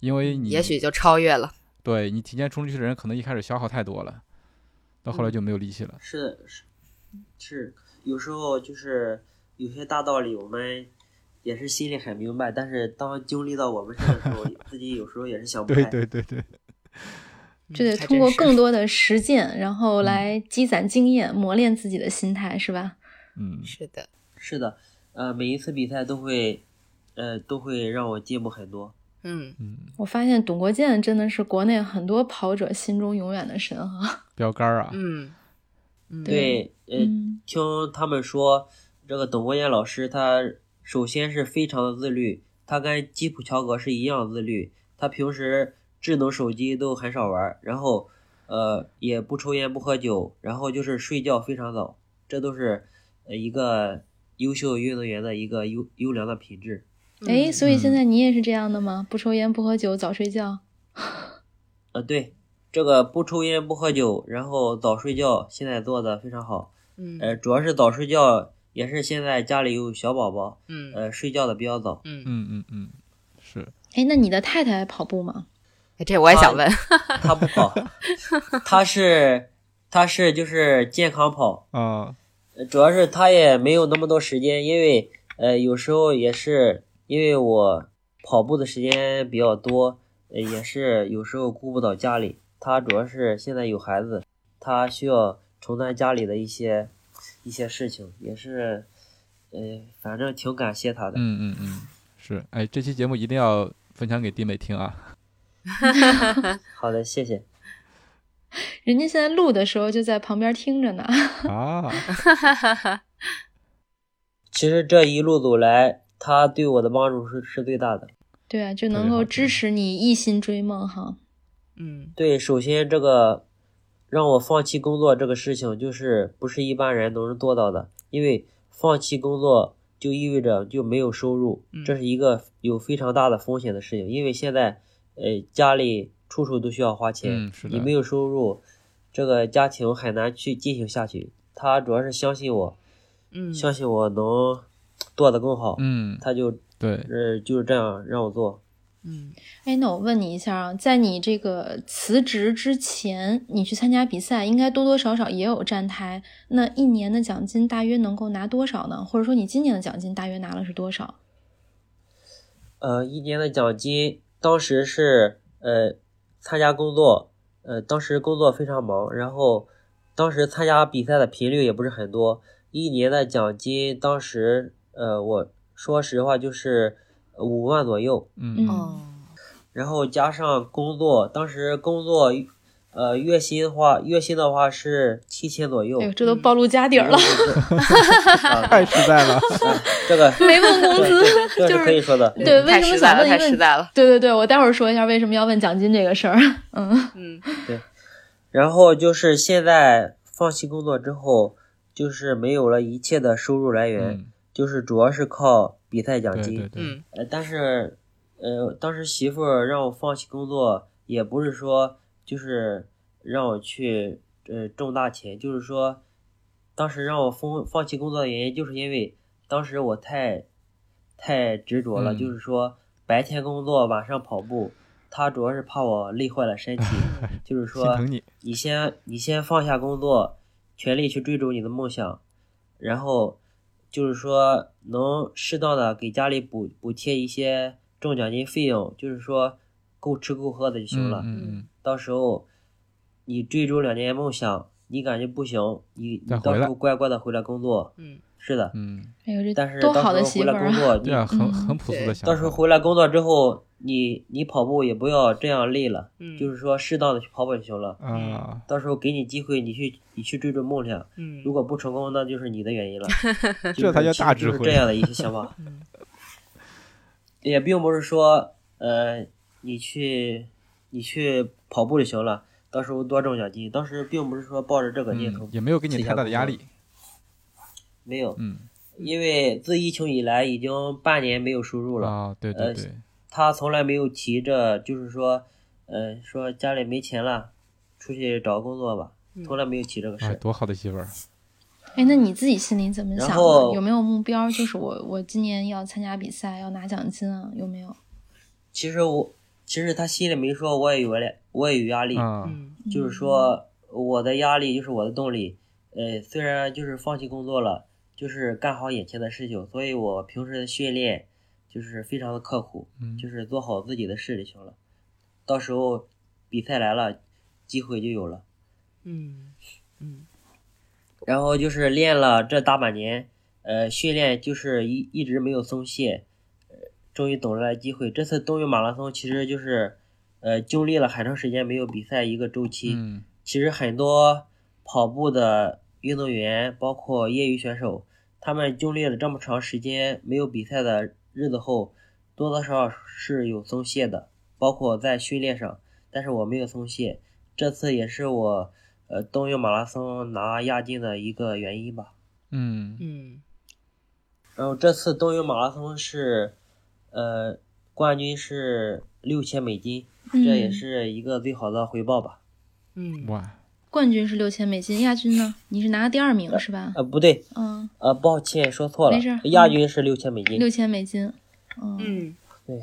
S3: 因为
S4: 嗯
S3: 你
S2: 也许就超越了。
S3: 对你提前冲出去的人，可能一开始消耗太多了，到后来就没有力气了。
S4: 是是是，有时候就是有些大道理我们也是心里很明白，但是当经历到我们身上的时候，自己有时候也是想不开。
S3: 对对，
S1: 这得
S2: 嗯还
S1: 通过
S2: 真是
S1: 更多的实践，然后来积攒经验，磨练自己的心态，是吧？
S3: 嗯，
S2: 是的，
S4: 是的，呃，每一次比赛都会，呃，都会让我进步很多。
S2: 嗯，
S1: 我发现董国建真的是国内很多跑者心中永远的神哈。
S3: 标杆儿啊，
S2: 嗯，嗯，
S4: 对，呃，
S1: 嗯，
S4: 听他们说，这个董国建老师他首先是非常的自律，他跟基普乔格是一样自律。他平时智能手机都很少玩，然后呃也不抽烟不喝酒，然后就是睡觉非常早， 这都是呃一个优秀运动员的一个优优良的品质。
S1: 哎，所以现
S3: 嗯
S1: 在你也是这样的吗？不抽烟，不喝酒，早睡觉。
S4: 呃，对，这个不抽烟不喝酒，然后早睡觉，现在做的非常好。
S2: 嗯
S4: 呃，主要是早睡觉，也是现在家里有小宝宝，
S2: 嗯
S4: 呃，睡觉的比较早。
S2: 嗯，
S3: 嗯嗯嗯，是，
S1: 哎，那你的太太跑步吗？
S2: 哎这我也想问，
S4: 他不跑，他是他是就是健康跑，
S3: 啊，
S4: 呃主要是他也没有那么多时间，因为呃有时候也是因为我跑步的时间比较多，呃也是有时候顾不到家里。他主要是现在有孩子，他需要承担家里的一些一些事情，也是呃反正挺感谢他的。
S3: 嗯嗯嗯，是，哎，这期节目一定要分享给弟妹听啊。
S4: 好的，谢谢。
S1: 人家现在录的时候就在旁边听着呢。
S3: 啊，
S4: 其实这一路走来，他对我的帮助是是最大的。
S1: 对啊，就
S3: 特
S1: 能
S3: 别好
S1: 够
S3: 听
S1: 支持你一心追梦哈。
S2: 嗯
S4: 对，首先这个让我放弃工作这个事情，就是不是一般人能做到的，因为放弃工作就意味着就没有收入，这
S2: 嗯
S4: 是一个有非常大的风险的事情，因为现在呃家里处处都需要花钱，
S3: 嗯是
S4: 你
S3: 的
S4: 没有收入，这个家庭很难去进行下去。他主要是相信我，
S2: 嗯，
S4: 相信我能做得更好，
S3: 嗯，
S4: 他就
S3: 对，
S4: 呃就是这样让我做。
S2: 嗯
S1: 哎，那我问你一下啊，在你这个辞职之前，你去参加比赛，应该多多少少也有站台。那一年的奖金大约能够拿多少呢？或者说你今年的奖金大约拿了是多少？
S4: 呃，一年的奖金，当时是呃参加工作，呃当时工作非常忙，然后当时参加比赛的频率也不是很多。一年的奖金，当时呃我说实话就是五万左右，
S3: 嗯
S1: 嗯
S2: 哦，
S4: 然后加上工作，当时工作呃月薪的话，月薪的话是七千左右
S1: 哎呦，。这都暴露家底儿了，
S3: 太实在 了。
S4: 这个
S1: 没问 工资。
S4: 这
S1: 就是是
S4: 可以说的，
S1: 对，为
S2: 太
S1: 什么
S2: 实在
S1: 想
S2: 了，
S1: 问一
S2: 太实
S1: 问？
S2: 在了，
S1: 对对对，我待会儿说一下为什么要问奖金这个事儿。嗯，
S2: 嗯
S4: 然后就是现在放弃工作之后，就是没有了一切的收入来源，
S3: 嗯，
S4: 就是主要是靠比赛奖
S3: 对
S4: 金。
S3: 对对，
S2: 嗯
S4: 呃，但是，呃，当时媳妇儿让我放弃工作，也不是说就是让我去呃挣大钱，就是说，当时让我放放弃工作的原因，就是因为当时我太太执着了，
S3: 嗯
S4: 就是说白天工作，晚上跑步。她主要是怕我累坏了身 体，就是
S3: 心
S4: 说
S3: 疼你。
S4: 你先你先放下工作，全力去追逐你的梦想，然后就是说能适当的给家里补补贴一些中奖金费用，就是说够吃够喝的就行了。
S3: 嗯嗯
S4: 到时候你追逐两年梦想，你感觉不行，你
S3: 再
S4: 你
S3: 回
S4: 到
S3: 来
S4: 时候乖乖的回来工作。
S2: 嗯，
S4: 是的，
S3: 嗯，
S1: 哎呦，
S4: 但
S1: 这
S4: 是
S1: 多好
S4: 到
S1: 的
S4: 时候
S1: 媳
S4: 回
S1: 妇
S4: 来
S1: 儿
S4: 工
S1: 啊！
S4: 作，
S3: 对啊，
S4: 你
S3: 很
S1: 嗯
S3: 很朴素的
S2: 对
S3: 想法。
S4: 到时候回来工作之后，你你跑步也不要这样累了，
S2: 嗯
S4: 就是说适当的去跑跑就
S1: 嗯
S4: 行了。
S3: 啊，
S4: 到时候给你机会，你去你去追逐梦想，
S2: 嗯
S4: 如果不成功，那就是你的原因了。就是
S3: 这才叫大
S4: 其实就
S3: 智
S4: 是
S3: 慧
S4: 这样的一些想法，
S2: 嗯
S4: 也并不是说呃，你去你去跑步就行了，到时候多挣奖金。当时并不是说抱着这个念头，
S3: 嗯，也没有给你
S4: 自己
S3: 太大
S4: 还
S3: 的
S4: 工
S3: 压
S4: 作
S3: 力。
S4: 没有，
S3: 嗯，
S4: 因为自疫情以来已经半年没有收入了。
S3: 啊，对对
S4: 呃
S3: 对，
S4: 他从来没有提着，就是说，呃，说家里没钱了，出去找工作吧，从来没有提这个事
S3: 哎，
S4: 儿。
S3: 多好的媳妇儿。
S1: 哎，那你自己心里怎么
S4: 然
S1: 想的？
S4: 后
S1: 有没有目标？就是我我今年要参加比赛，要拿奖金啊？有没有？
S4: 其实我，其实他心里没说，我也有压力，我也有压力，
S3: 啊，
S2: 嗯
S4: 就是说我的压力就是我的动力。呃，虽然就是放弃工作了，就是干好眼前的事情，所以我平时的训练就是非常的刻苦，
S3: 嗯
S4: 就是做好自己的事就行了。到时候比赛来了，机会就有了。
S2: 嗯嗯
S4: 然后就是练了这大半年，呃，训练就是一一直没有松懈，呃，终于等来了机会。这次冬泳马拉松其实就是，呃，经历了很长时间没有比赛一个周期。
S3: 嗯
S4: 其实很多跑步的运动员，包括业余选手，他们经历了这么长时间没有比赛的日子后，多多少少是有松懈的，包括在训练上。但是我没有松懈，这次也是我呃冬泳马拉松拿亚军的一个原因吧。
S3: 嗯
S2: 嗯
S4: 然后这次冬泳马拉松是，呃，冠军是六千美金，
S1: 嗯
S4: 这也是一个最好的回报吧。
S2: 嗯，
S3: 哇，
S1: 冠军是六千美金，亚军呢？你是拿了第二名是吧？
S4: 呃，不对，
S1: 嗯，
S4: 呃，抱歉说错了
S1: 没事儿，嗯
S4: 亚军是六千美金。
S1: 六千美金。嗯，
S2: 嗯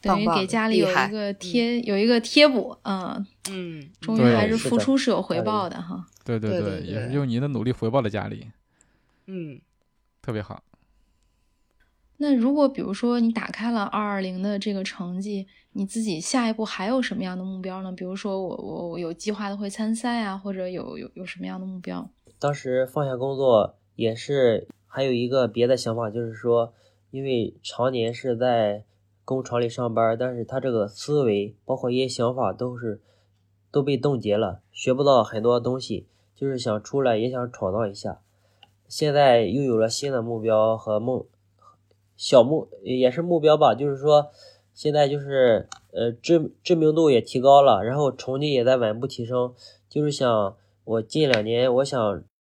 S1: 等于
S2: 棒棒
S1: 给家里有
S2: 厉害
S1: 一个贴，有一个贴补啊。
S2: 嗯，
S1: 终于
S3: 对
S1: 还是
S4: 是
S1: 付
S4: 的
S1: 出是有回报的哈。
S3: 对对
S2: 对对
S3: 也是
S2: 对
S3: 用你的努力回报了家里，
S2: 嗯
S3: 特别好。
S1: 那如果比如说你打开了二二零的这个成绩，你自己下一步还有什么样的目标呢？比如说我我我有计划的会参赛啊，或者有有有什么样的目标？
S4: 当时放下工作也是还有一个别的想法，就是说，因为常年是在工厂里上班，但是他这个思维包括一些想法都是都被冻结了，学不到很多东西，就是想出来也想闯荡一下。现在又有了新的目标和梦，小目也是目标吧，就是说，现在就是呃知知名度也提高了，然后成绩也在稳步提升，就是想我近两年我想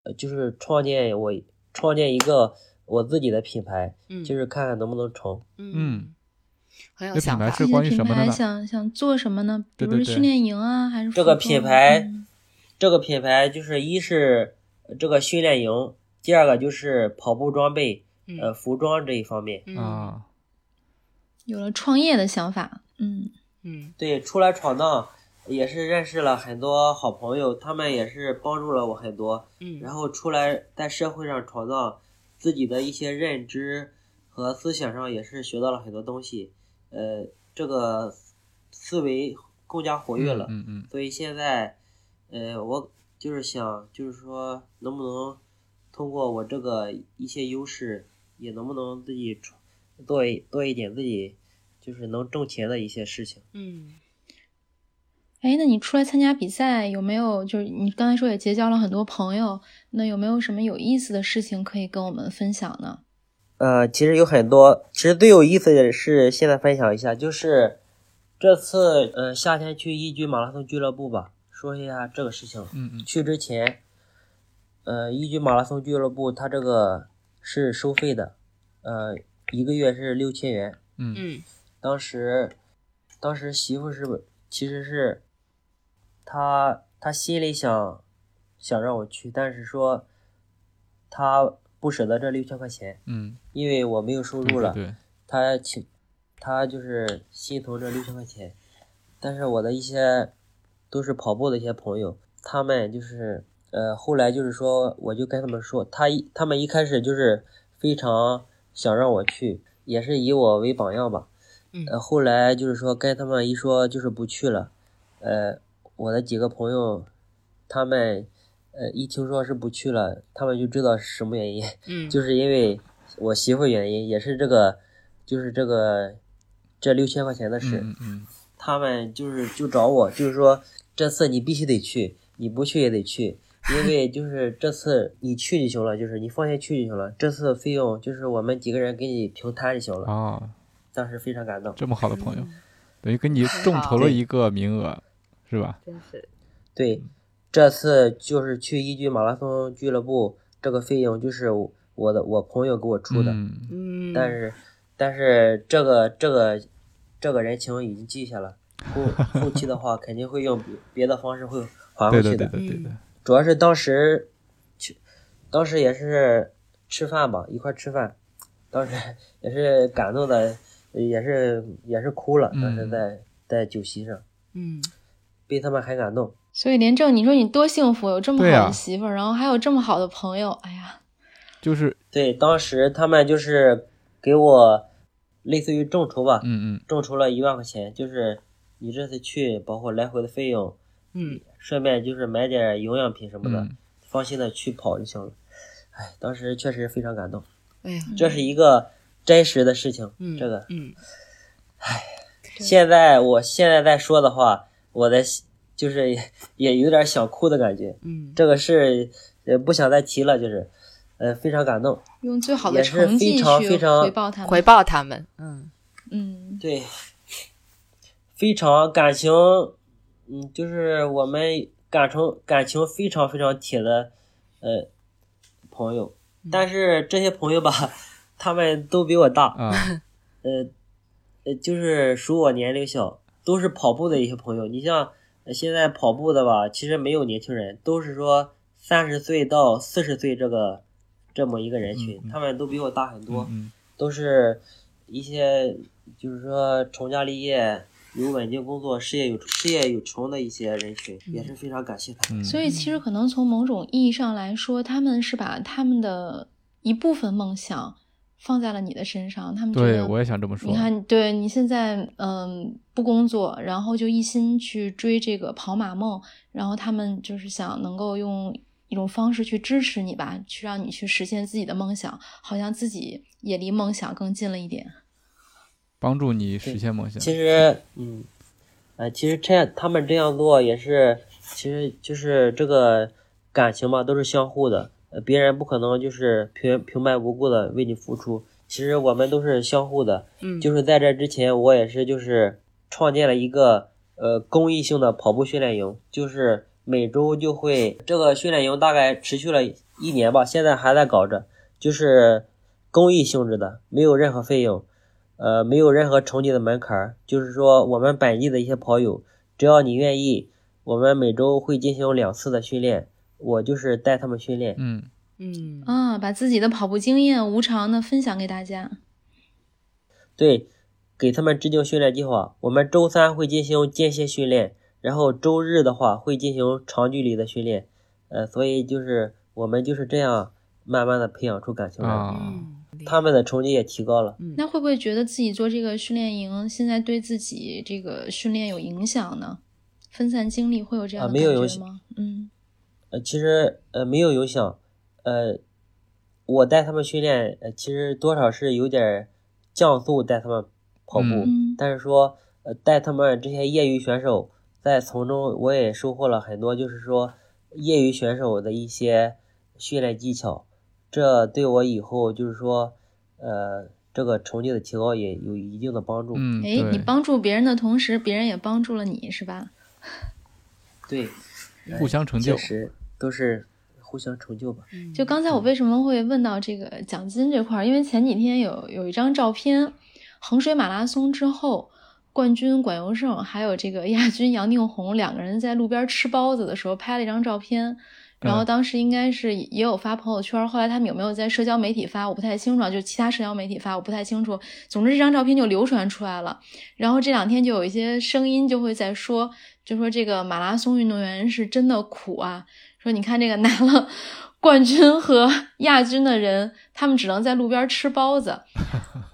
S4: 呃就是创建我创建一个我自己的品牌，
S2: 嗯，
S4: 就是看看能不能成。
S2: 嗯很有
S3: 这品
S2: 想
S3: 牌
S2: 法，
S3: 是关于
S1: 这
S3: 什
S1: 个
S3: 么
S1: 品
S3: 的
S1: 牌
S3: 呢？
S1: 想想做什么呢？比
S3: 对
S1: 如
S3: 对
S1: 是
S3: 对
S1: 训练营啊，还是
S4: 这个
S1: 服装
S4: 品牌
S1: 嗯
S4: 这个品牌就是一是这个训练营，第二个就是跑步装备，
S3: 嗯
S4: 呃服装这一方面。
S2: 嗯
S3: 啊，
S1: 有了创业的想法。嗯，
S2: 嗯
S4: 对，出来闯荡也是认识了很多好朋友，他们也是帮助了我很多。
S2: 嗯，
S4: 然后出来在社会上闯荡，自己的一些认知和思想上也是学到了很多东西，呃，这个思维更加活跃了。
S3: 嗯嗯
S4: 所以现在，呃，我就是想，就是说，能不能通过我这个一些优势，也能不能自己创做一做一点自己就是能挣钱的一些事情。
S2: 嗯
S1: 哎，那你出来参加比赛有没有？就是你刚才说也结交了很多朋友，那有没有什么有意思的事情可以跟我们分享呢？
S4: 呃，其实有很多，其实最有意思的是现在分享一下，就是这次呃夏天去一居马拉松俱乐部吧，说一下这个事情。
S3: 嗯嗯
S4: 去之前，呃，一居马拉松俱乐部它这个是收费的，呃，一个月是六千元。
S3: 嗯嗯
S2: 嗯
S4: 当时，当时媳妇是其实是，她她心里想想让我去，但是说她不舍得这六千块钱。
S3: 嗯，
S4: 因为我没有收
S3: 对
S4: 入
S3: 对
S4: 了，
S3: 对，嗯
S4: 他请他就是心疼这六千块钱，但是我的一些都是跑步的一些朋友，他们就是呃后来就是说我就跟他们说，他一他们一开始就是非常想让我去，也是以我为榜样吧，
S2: 嗯
S4: 呃后来就是说跟他们一说就是不去了，呃我的几个朋友，他们呃一听说是不去了，他们就知道是什么原因，
S2: 嗯，
S4: 就是因为我媳妇原因，也是这个，就是这个这六千块钱的事，
S3: 嗯嗯
S4: 他们就是就找我，就是说这次你必须得去，你不去也得去，因为就是这次你去就行了，就是你放心去就行了，这次费用就是我们几个人给你平摊就行
S3: 嗯，
S4: 了。
S3: 哦，
S4: 当时非常感动。
S3: 这么好的朋友，
S2: 嗯
S3: 等于给你
S2: 很
S3: 众
S2: 好
S3: 筹了
S4: 对
S3: 一个名额，是吧？
S2: 真是
S4: 对，这次就是去一居马拉松俱乐部，这个费用就是我的我朋友给我出的，
S3: 嗯
S2: 嗯，
S4: 但是但是这个这个这个人情已经记下了，后后期的话肯定会用别别的方式会还回
S3: 对
S4: 去
S3: 对
S4: 的。
S3: 对对对对，
S1: 嗯
S4: 主要是当时去，当时也是吃饭吧，一块吃饭，当时也是感动的，也是也是哭了，当时
S3: 嗯
S4: 在、在酒席上
S2: 嗯，
S4: 被他们很感动。
S1: 所以廉政，你说你多幸福，有这么好
S3: 对啊
S1: 的媳妇儿，然后还有这么好的朋友，哎呀，
S3: 就是
S4: 对，当时他们就是给我类似于众筹吧，
S3: 嗯嗯
S4: 众筹了一万块钱，就是你这次去，包括来回的费用，
S2: 嗯，
S4: 顺便就是买点营养品什么的，
S3: 嗯
S4: 放心的去跑就行了。哎，当时确实非常感动，
S2: 哎呀，
S4: 这是一个真实的事情。
S2: 嗯，
S4: 这个
S2: 嗯，
S4: 现在我现在在说的话，我的心就是也也有点想哭的感觉。
S2: 嗯，
S4: 这个事呃不想再提了，就是呃非常感动。
S1: 用最好的
S4: 也是
S1: 成绩
S4: 非常
S1: 去
S4: 非常
S1: 回报他们。
S2: 回报他们，嗯
S1: 嗯，
S4: 对，非常感情，嗯，就是我们感情感情非常非常铁的，呃，朋友。
S3: 嗯
S4: 但是这些朋友吧，他们都比我大，
S3: 啊，
S4: 呃，呃，就是属我年龄小，都是跑步的一些朋友。你像呃现在跑步的吧，其实没有年轻人，都是说三十岁到四十岁这个这么一个人群
S3: 嗯，嗯
S4: 他们都比我大很多。
S3: 嗯
S4: 都是一些就是说成家立业、有稳定工作、事业有事业有成的一些人群，也是非常感谢他
S3: 嗯，
S4: 们。
S1: 所以其实可能从某种意义上来说，他们是把他们的一部分梦想放在了你的身上，他们觉
S3: 对
S1: 得
S3: 我也想这么说，
S1: 你看，对你现在嗯不工作，然后就一心去追这个跑马梦，然后他们就是想能够用一种方式去支持你吧，去让你去实现自己的梦想，好像自己也离梦想更近了一点。
S3: 帮助你实现梦想，
S4: 其实，嗯，呃，其实这样他们这样做也是，其实就是这个感情嘛，都是相互的。呃，别人不可能就是平平白无故的为你付出，其实我们都是相互的。
S2: 嗯，
S4: 就是在这之前，我也是就是创建了一个呃公益性的跑步训练营，就是每周就会这个训练营大概持续了一年吧，现在还在搞着，就是公益性质的，没有任何费用，呃，没有任何成绩的门槛儿，就是说我们本地的一些跑友，只要你愿意，我们每周会进行两次的训练，我就是带他们训练，
S3: 嗯
S2: 嗯
S1: 啊，把自己的跑步经验无偿的分享给大家。
S4: 对，给他们制定训练计划。我们周三会进行间歇训练，然后周日的话会进行长距离的训练。呃，所以就是我们就是这样慢慢的培养出感情来。
S3: 啊，
S2: 嗯，
S4: 他们的成绩也提高了。
S2: 嗯
S1: 那会不会觉得自己做这个训练营，现在对自己这个训练有影响呢？分散精力会有这样
S4: 啊
S1: 的
S4: 没有
S1: 感
S4: 影
S1: 觉
S4: 响
S1: 吗？嗯，
S4: 呃，其实呃没有影响。呃，我带他们训练，呃，其实多少是有点儿降速带他们跑步，
S1: 嗯
S4: 但是说呃带他们这些业余选手，在从中我也收获了很多，就是说业余选手的一些训练技巧，这对我以后就是说呃这个成绩的提高也有一定的帮助。
S3: 嗯，
S1: 诶，哎你
S3: 对，
S1: 帮助别人的同时，别人也帮助了你，是吧？
S4: 对，
S3: 互相成就
S4: 确，实都是互相成就吧。
S2: 嗯
S1: 就刚才我为什么会问到这个奖金这块儿，因为前几天有有一张照片，衡水马拉松之后，冠军管尤胜还有这个亚军杨定宏两个人在路边吃包子的时候拍了一张照片，然后
S3: 嗯
S1: 当时应该是也有发朋友圈儿，后来他们有没有在社交媒体发，我不太清楚，啊，就其他社交媒体发我不太清楚。总之这张照片就流传出来了，然后这两天就有一些声音就会在说，就说这个马拉松运动员是真的苦啊，说你看这个拿了 冠军和亚军的人，他们只能在路边吃包子。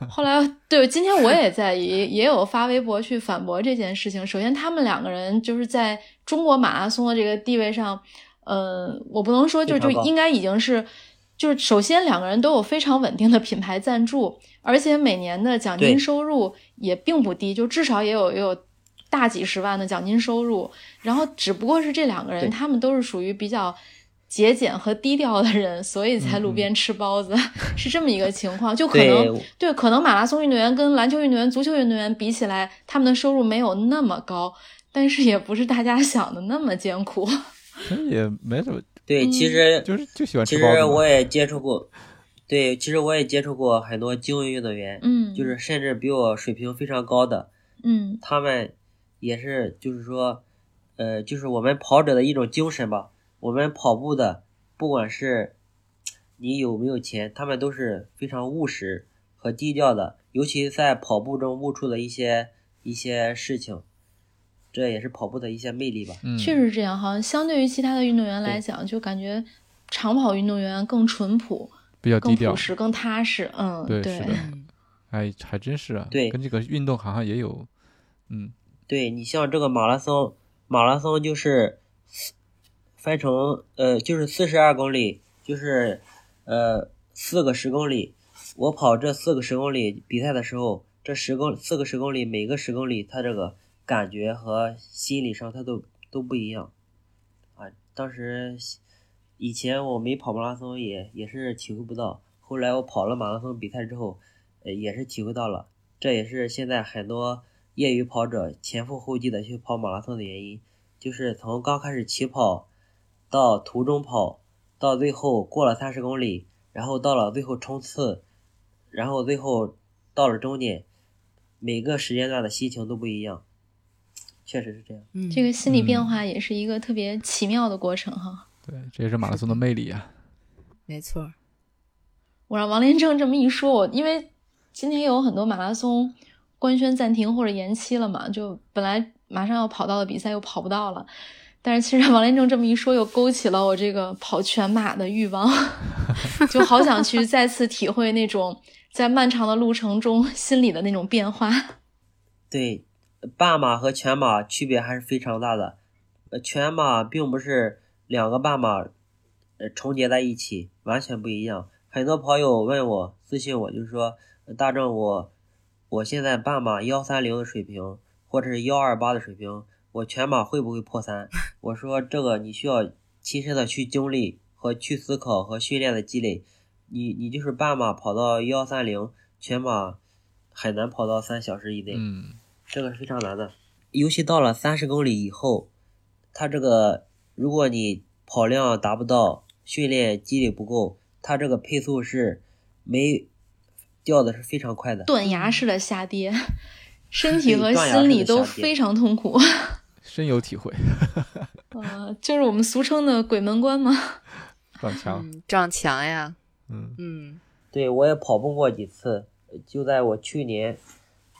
S1: 后来，对，今天我也在也也有发微博去反驳这件事情。首先，他们两个人就是在中国马拉松的这个地位上，呃，我不能说就就
S4: 非常高
S1: 应该已经是，就是首先两个人都有非常稳定的品牌赞助，而且每年的奖金
S4: 对
S1: 收入也并不低，就至少也有也有大几十万的奖金收入。然后只不过是这两个人，
S4: 对
S1: 他们都是属于比较节俭和低调的人，所以才路边吃包子， 是这么一个情况。就可能
S4: 嗯对
S1: 对，可能马拉松运动员跟篮球运动员、足球运动员比起来，他们的收入没有那么高，但是也不是大家 想的那么艰苦。
S3: 其实也没什么，
S4: 对，其实
S3: 嗯就是就喜欢
S4: 其
S3: 吃包子
S4: 实
S3: 嘛。
S4: 我也接触过，对，其实我也接触过很多精英运动员，
S1: 嗯，
S4: 就是甚至比我水平非常高的，
S1: 嗯
S4: 他们也是就是说，呃，就是我们跑者的一种精神吧。我们跑步的，不管是你有没有钱，他们都是非常务实和低调的，尤其在跑步中悟出了一些一些事情，这也是跑步的一些魅力吧。
S3: 嗯
S1: 确实是这样，好像相对于其他的运动员来讲，就感觉长跑运动员更淳朴、
S3: 比较低
S1: 更
S3: 调
S1: 朴，实、更踏实。嗯，
S3: 对
S1: 对，
S3: 是的哎，还真是啊，
S4: 对
S3: 跟这个运动好像也有，嗯，
S4: 对你像这个马拉松，马拉松就是分成呃，就是四十二公里，就是呃四个十公里。我跑这四个十公里比赛的时候，这十公四个十公里，每个十公里它这个感觉和心理上它都都不一样啊。当时以前我没跑马拉松也也是体会不到，后来我跑了马拉松比赛之后，呃也是体会到了。这也是现在很多业余跑者前赴后继的去跑马拉松的原因，就是从刚开始起跑，到途中跑，到最后过了三十公里，然后到了最后冲刺，然后最后到了终点，每个时间段的心情都不一样，确实是这样。
S2: 嗯
S1: 这个心理变化也是一个特别奇妙的过程哈。
S3: 对，这也是马拉松的魅力啊。
S2: 没错儿，
S1: 我让王连正这么一说，我因为今天有很多马拉松官宣暂停或者延期了嘛，就本来马上要跑到的比赛又跑不到了。但是其实王连正这么一说，又勾起了我这个跑全马的欲望， 就好想去再次体会那种在漫长的路程中心里的那种变化。
S4: 对，半马和全马区别还是非常大的。呃，全马并不是两个半马，呃，重叠在一起，完全不一样。很多跑友问我私信我，就是说，呃大正我我现在半马幺三零的水平，或者是幺二八的水平，我全马会不会破三？ 我说这个你需要亲身的去经历和去思考和训练的积累。你你就是半马跑到幺三零，全马很难跑到三小时以内。
S3: 嗯，
S4: 这个是非常难的，尤其到了三十公里以后，它这个如果你跑量达不到，训练积累不够，它这个配速是没掉的是非常快的。
S1: 断崖式的下跌，身体和
S4: 对断崖式的
S1: 心理都
S4: 下跌
S1: 非常痛苦。
S3: 深有体会，
S1: 呃，就是我们俗称的鬼门关嘛。
S3: 撞墙，
S2: 嗯，撞墙呀，
S3: 嗯，
S2: 嗯，
S4: 对我也跑步过几次，就在我去年，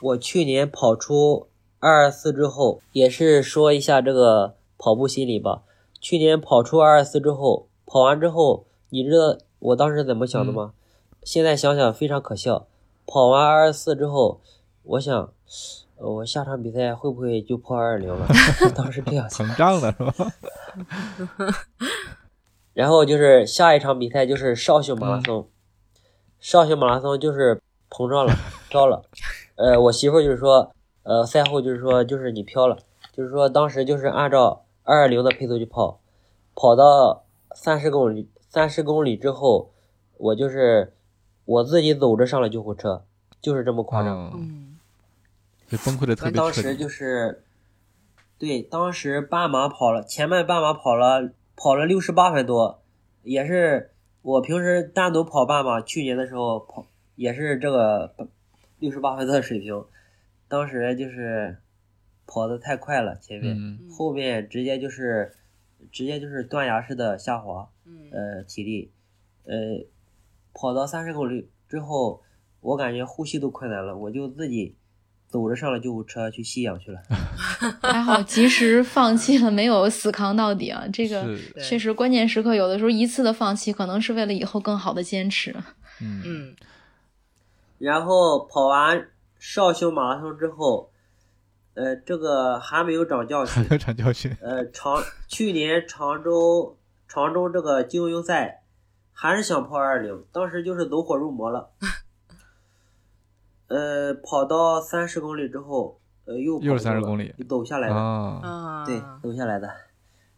S4: 我去年跑出二二四之后，也是说一下这个跑步心理吧。去年跑出二二四之后，跑完之后，你知道我当时怎么想的吗？现在想想非常可笑。跑完二二四之后，我想，呃我下场比赛会不会就破二二零了？ 当时这样想。
S3: 膨胀了是 吧？
S4: 然后就是下一场比赛就是绍兴马拉松，绍兴马拉松就是膨胀了，飘了。呃，我媳妇儿就是说，呃，赛后就是说，就是你飘了，就是说当时就是按照二二零的配速去跑，跑到三十公里，三十公里之后，我就是我自己走着上了救护车，就是这么夸张。
S3: 嗯，
S2: 嗯，
S3: 就崩溃的特
S4: 咱
S3: 别
S4: 当
S3: 彻
S4: 时
S3: 底，
S4: 就是，对，当时半马跑了，前面半马跑了跑了六十八分多，也是我平时单独跑半马，去年的时候跑也是这个六十八分多的水平，当时就是跑的太快了，前面、
S3: 嗯，
S4: 后面直接就是直接就是断崖式的下滑，
S2: 嗯，
S4: 呃体力，呃，跑到三十公里之后，我感觉呼吸都困难了，我就自己走着上了救护车去吸氧去了。
S1: 还好及时放弃了，没有死扛到底啊！这个
S3: 是
S1: 确实关键时刻，有的时候一次的放弃，可能是为了以后更好的坚持。
S3: 嗯，
S2: 嗯，
S4: 然后跑完绍兴马拉松之后，呃，这个还没有长教训
S3: 还，有场教训，
S4: 呃，常去年常州常州这个精英赛，还是想跑二零，当时就是走火入魔了。呃，跑到三十公里之后，呃，又
S3: 又是
S4: 跑
S3: 30
S4: 步了
S3: 公里
S4: 走 下来的，
S3: 啊，
S2: 啊，
S4: 对，走下来的。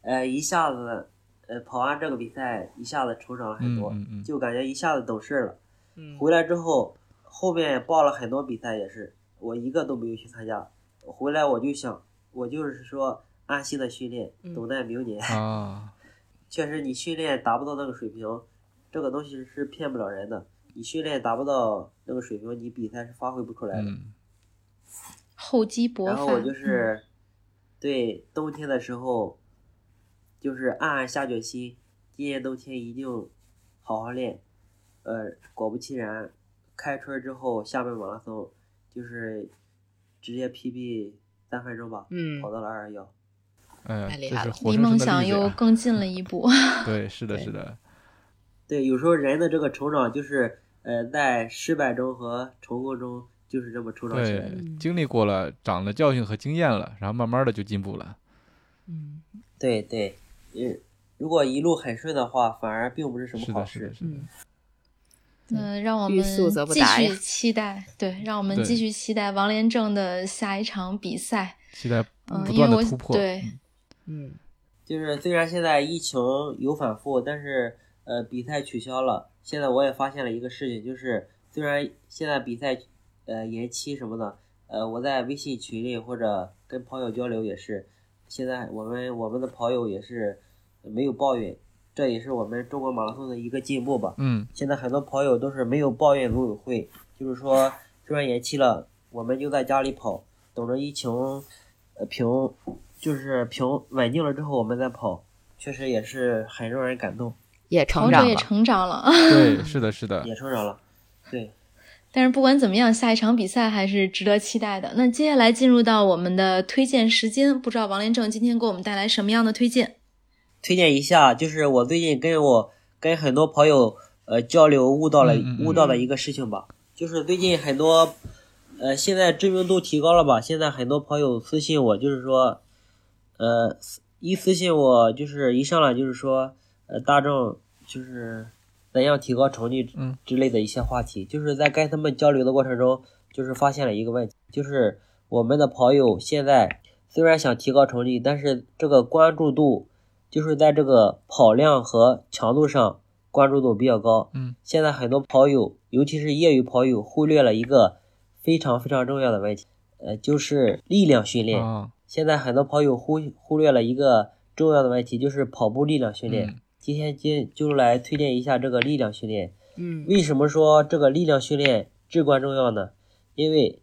S4: 呃，一下子，呃，跑完这个比赛，一下子成长了很
S3: 嗯
S4: 多，
S3: 嗯嗯，
S4: 就感觉一下子懂事了。
S2: 嗯
S4: 回来之后，后面报了很多比赛，也是我一个都没有去参加。回来我就想，我就是说安心的训练
S2: 嗯，
S4: 等待明年。
S3: 啊，
S4: 确实，你训练达不到那个水平，这个东西是骗不了人的。你训练达不到那个水平，你比赛是发挥不出来的。
S3: 嗯
S1: 厚积薄发。
S4: 然后我就是，对冬天的时候，就是暗暗下决心，今年冬天一定好好练。呃，果不其然，开春之后厦门马拉松就是直接 PB 三分钟吧，
S2: 嗯
S4: 跑到了二幺。
S3: 哎
S2: 太厉
S3: 呀，这
S2: 害
S3: 是
S1: 嗯
S2: 了
S3: 活
S1: 离
S3: 生生
S1: 梦
S3: 的
S1: 想
S3: 例子
S1: 又
S3: 呀，
S1: 更近了一步。
S2: 啊
S3: 对，是的，
S4: 对
S3: 是的，
S4: 对，有时候人的这个成长就是，呃，在失败中和成功中就是这么成长起来的。
S3: 对，经历过了，长了教训和经验了，然后慢慢的就进步了，
S2: 嗯
S4: 对对，嗯，如果一路很顺的话，反而并不是什么
S3: 是
S4: 好
S3: 的，是
S4: 事
S3: 的，。是的
S2: 嗯，
S1: 那让我
S2: 欲
S1: 们
S2: 速则不
S1: 继
S2: 达呀
S1: 续期待，对，让我们
S3: 对
S1: 继续期待王连正的下一场比赛。
S3: 期待
S1: 嗯
S3: 不，
S1: 因为
S3: 断
S1: 我
S3: 的突破，
S1: 对，
S2: 嗯
S4: 就是虽然现在疫情有反复，但是呃，比赛取消了。现在我也发现了一个事情，就是虽然现在比赛呃延期什么的，呃，我在微信群里或者跟朋友交流也是，现在我们我们的跑友也是没有抱怨，这也是我们中国马拉松的一个进步吧。
S3: 嗯，
S4: 现在很多跑友都是没有抱怨组委会，就是说虽然延期了，我们就在家里跑，等着疫情呃平，就是平稳定了之后我们再跑，确实也是很让人感动，
S2: 也
S1: 陶喆
S2: 成长
S1: 也
S2: 了，
S1: 成长了。啊
S3: 嗯 对，是的，是的，哦
S4: 也成长了。对，
S1: 但是不管怎么样，下一场比赛还是值得期待的。那接下来进入到我们的推荐时间，不知道王连正今天给我们带来什么样的推荐？
S4: 推荐一下，就是我最近跟我跟很多朋友呃交流悟到了
S3: 嗯嗯嗯
S4: 悟到的一个事情吧，就是最近很多呃现在知名度提高了吧，现在很多朋友私信我，就是说呃一私信我就是一上来就是说呃大众就是怎样提高成绩
S3: 嗯
S4: 之类的一些话题，就是在跟他们交流的过程中，就是发现了一个问题，就是我们的跑友现在虽然想提高成绩，但是这个关注度就是在这个跑量和强度上关注度比较高。
S3: 嗯，
S4: 现在很多跑友，尤其是业余跑友，忽略了一个非常非常重要的问题，呃，就是力量训练。
S3: 啊，
S4: 现在很多跑友忽忽略了一个重要的问题，就是跑步力量训练。
S3: 嗯
S4: 今天今就来推荐一下这个力量训练。
S2: 嗯
S4: 为什么说这个力量训练至关重要呢？因为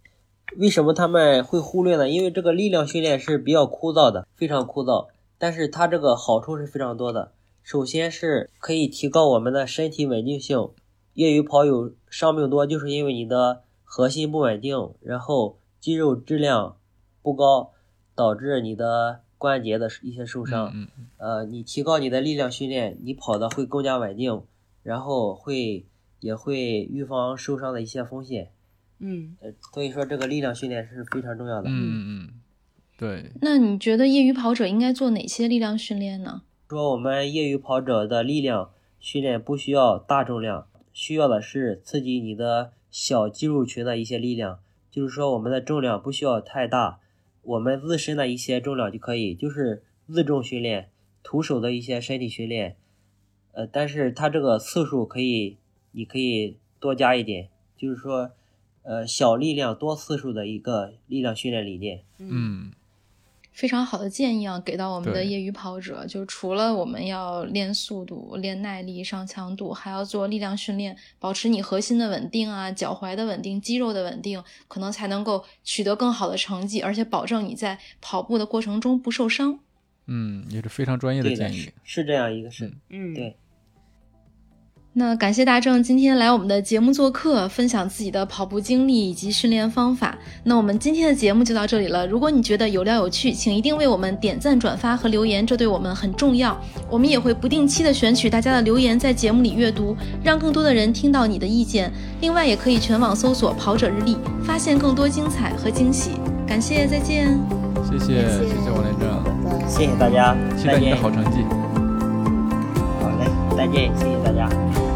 S4: 为什么他们会忽略呢？因为这个力量训练是比较枯燥的，非常枯燥，但是它这个好处是非常多的。首先是可以提高我们的身体稳定性。业余跑友伤病多，就是因为你的核心不稳定，然后肌肉质量不高，导致你的关节的一些受伤。
S3: 嗯嗯，
S4: 呃，你提高你的力量训练，你跑的会更加稳定，然后会也会预防受伤的一些风险。
S2: 嗯
S4: 呃，所以说这个力量训练是非常重要
S3: 嗯
S4: 的。
S3: 嗯嗯，对，
S1: 那你觉得业余跑者应该做哪些力量训练呢？
S4: 说我们业余跑者的力量训练不需要大重量，需要的是刺激你的小肌肉群的一些力量。就是说我们的重量不需要太大，我们自身的一些重量就可以，就是自重训练、徒手的一些身体训练。呃，但是它这个次数可以，你可以多加一点，就是说，呃，小力量多次数的一个力量训练理念。
S3: 嗯
S1: 非常好的建议啊，给到我们的
S3: 对
S1: 业余跑者，就是除了我们要练速度、练耐力、上强度，还要做力量训练，保持你核心的稳定啊、脚踝的稳定、肌肉的稳定，可能才能够取得更好的成绩，而且保证你在跑步的过程中不受伤。
S3: 嗯，也是非常专业的
S4: 对
S3: 建
S4: 的，
S3: 议
S4: 是，是这样一个事。
S3: 嗯
S2: 嗯，
S4: 对
S1: 那感谢大正今天来我们的节目做客，分享自己的跑步经历以及训练方法。那我们今天的节目就到这里了。如果你觉得有料有趣，请一定为我们点赞、转发和留言，这对我们很重要。我们也会不定期的选取大家的留言，在节目里阅读，让更多的人听到你的意见。另外，也可以全网搜索“跑者日历”，发现更多精彩和惊喜。感谢，再见。
S3: 谢谢
S2: 谢
S3: 谢谢王连正，
S4: 谢谢大家，
S3: 期
S4: 再
S3: 待你
S4: 见
S3: 的，好成绩。
S4: 好嘞，再见，谢谢大家。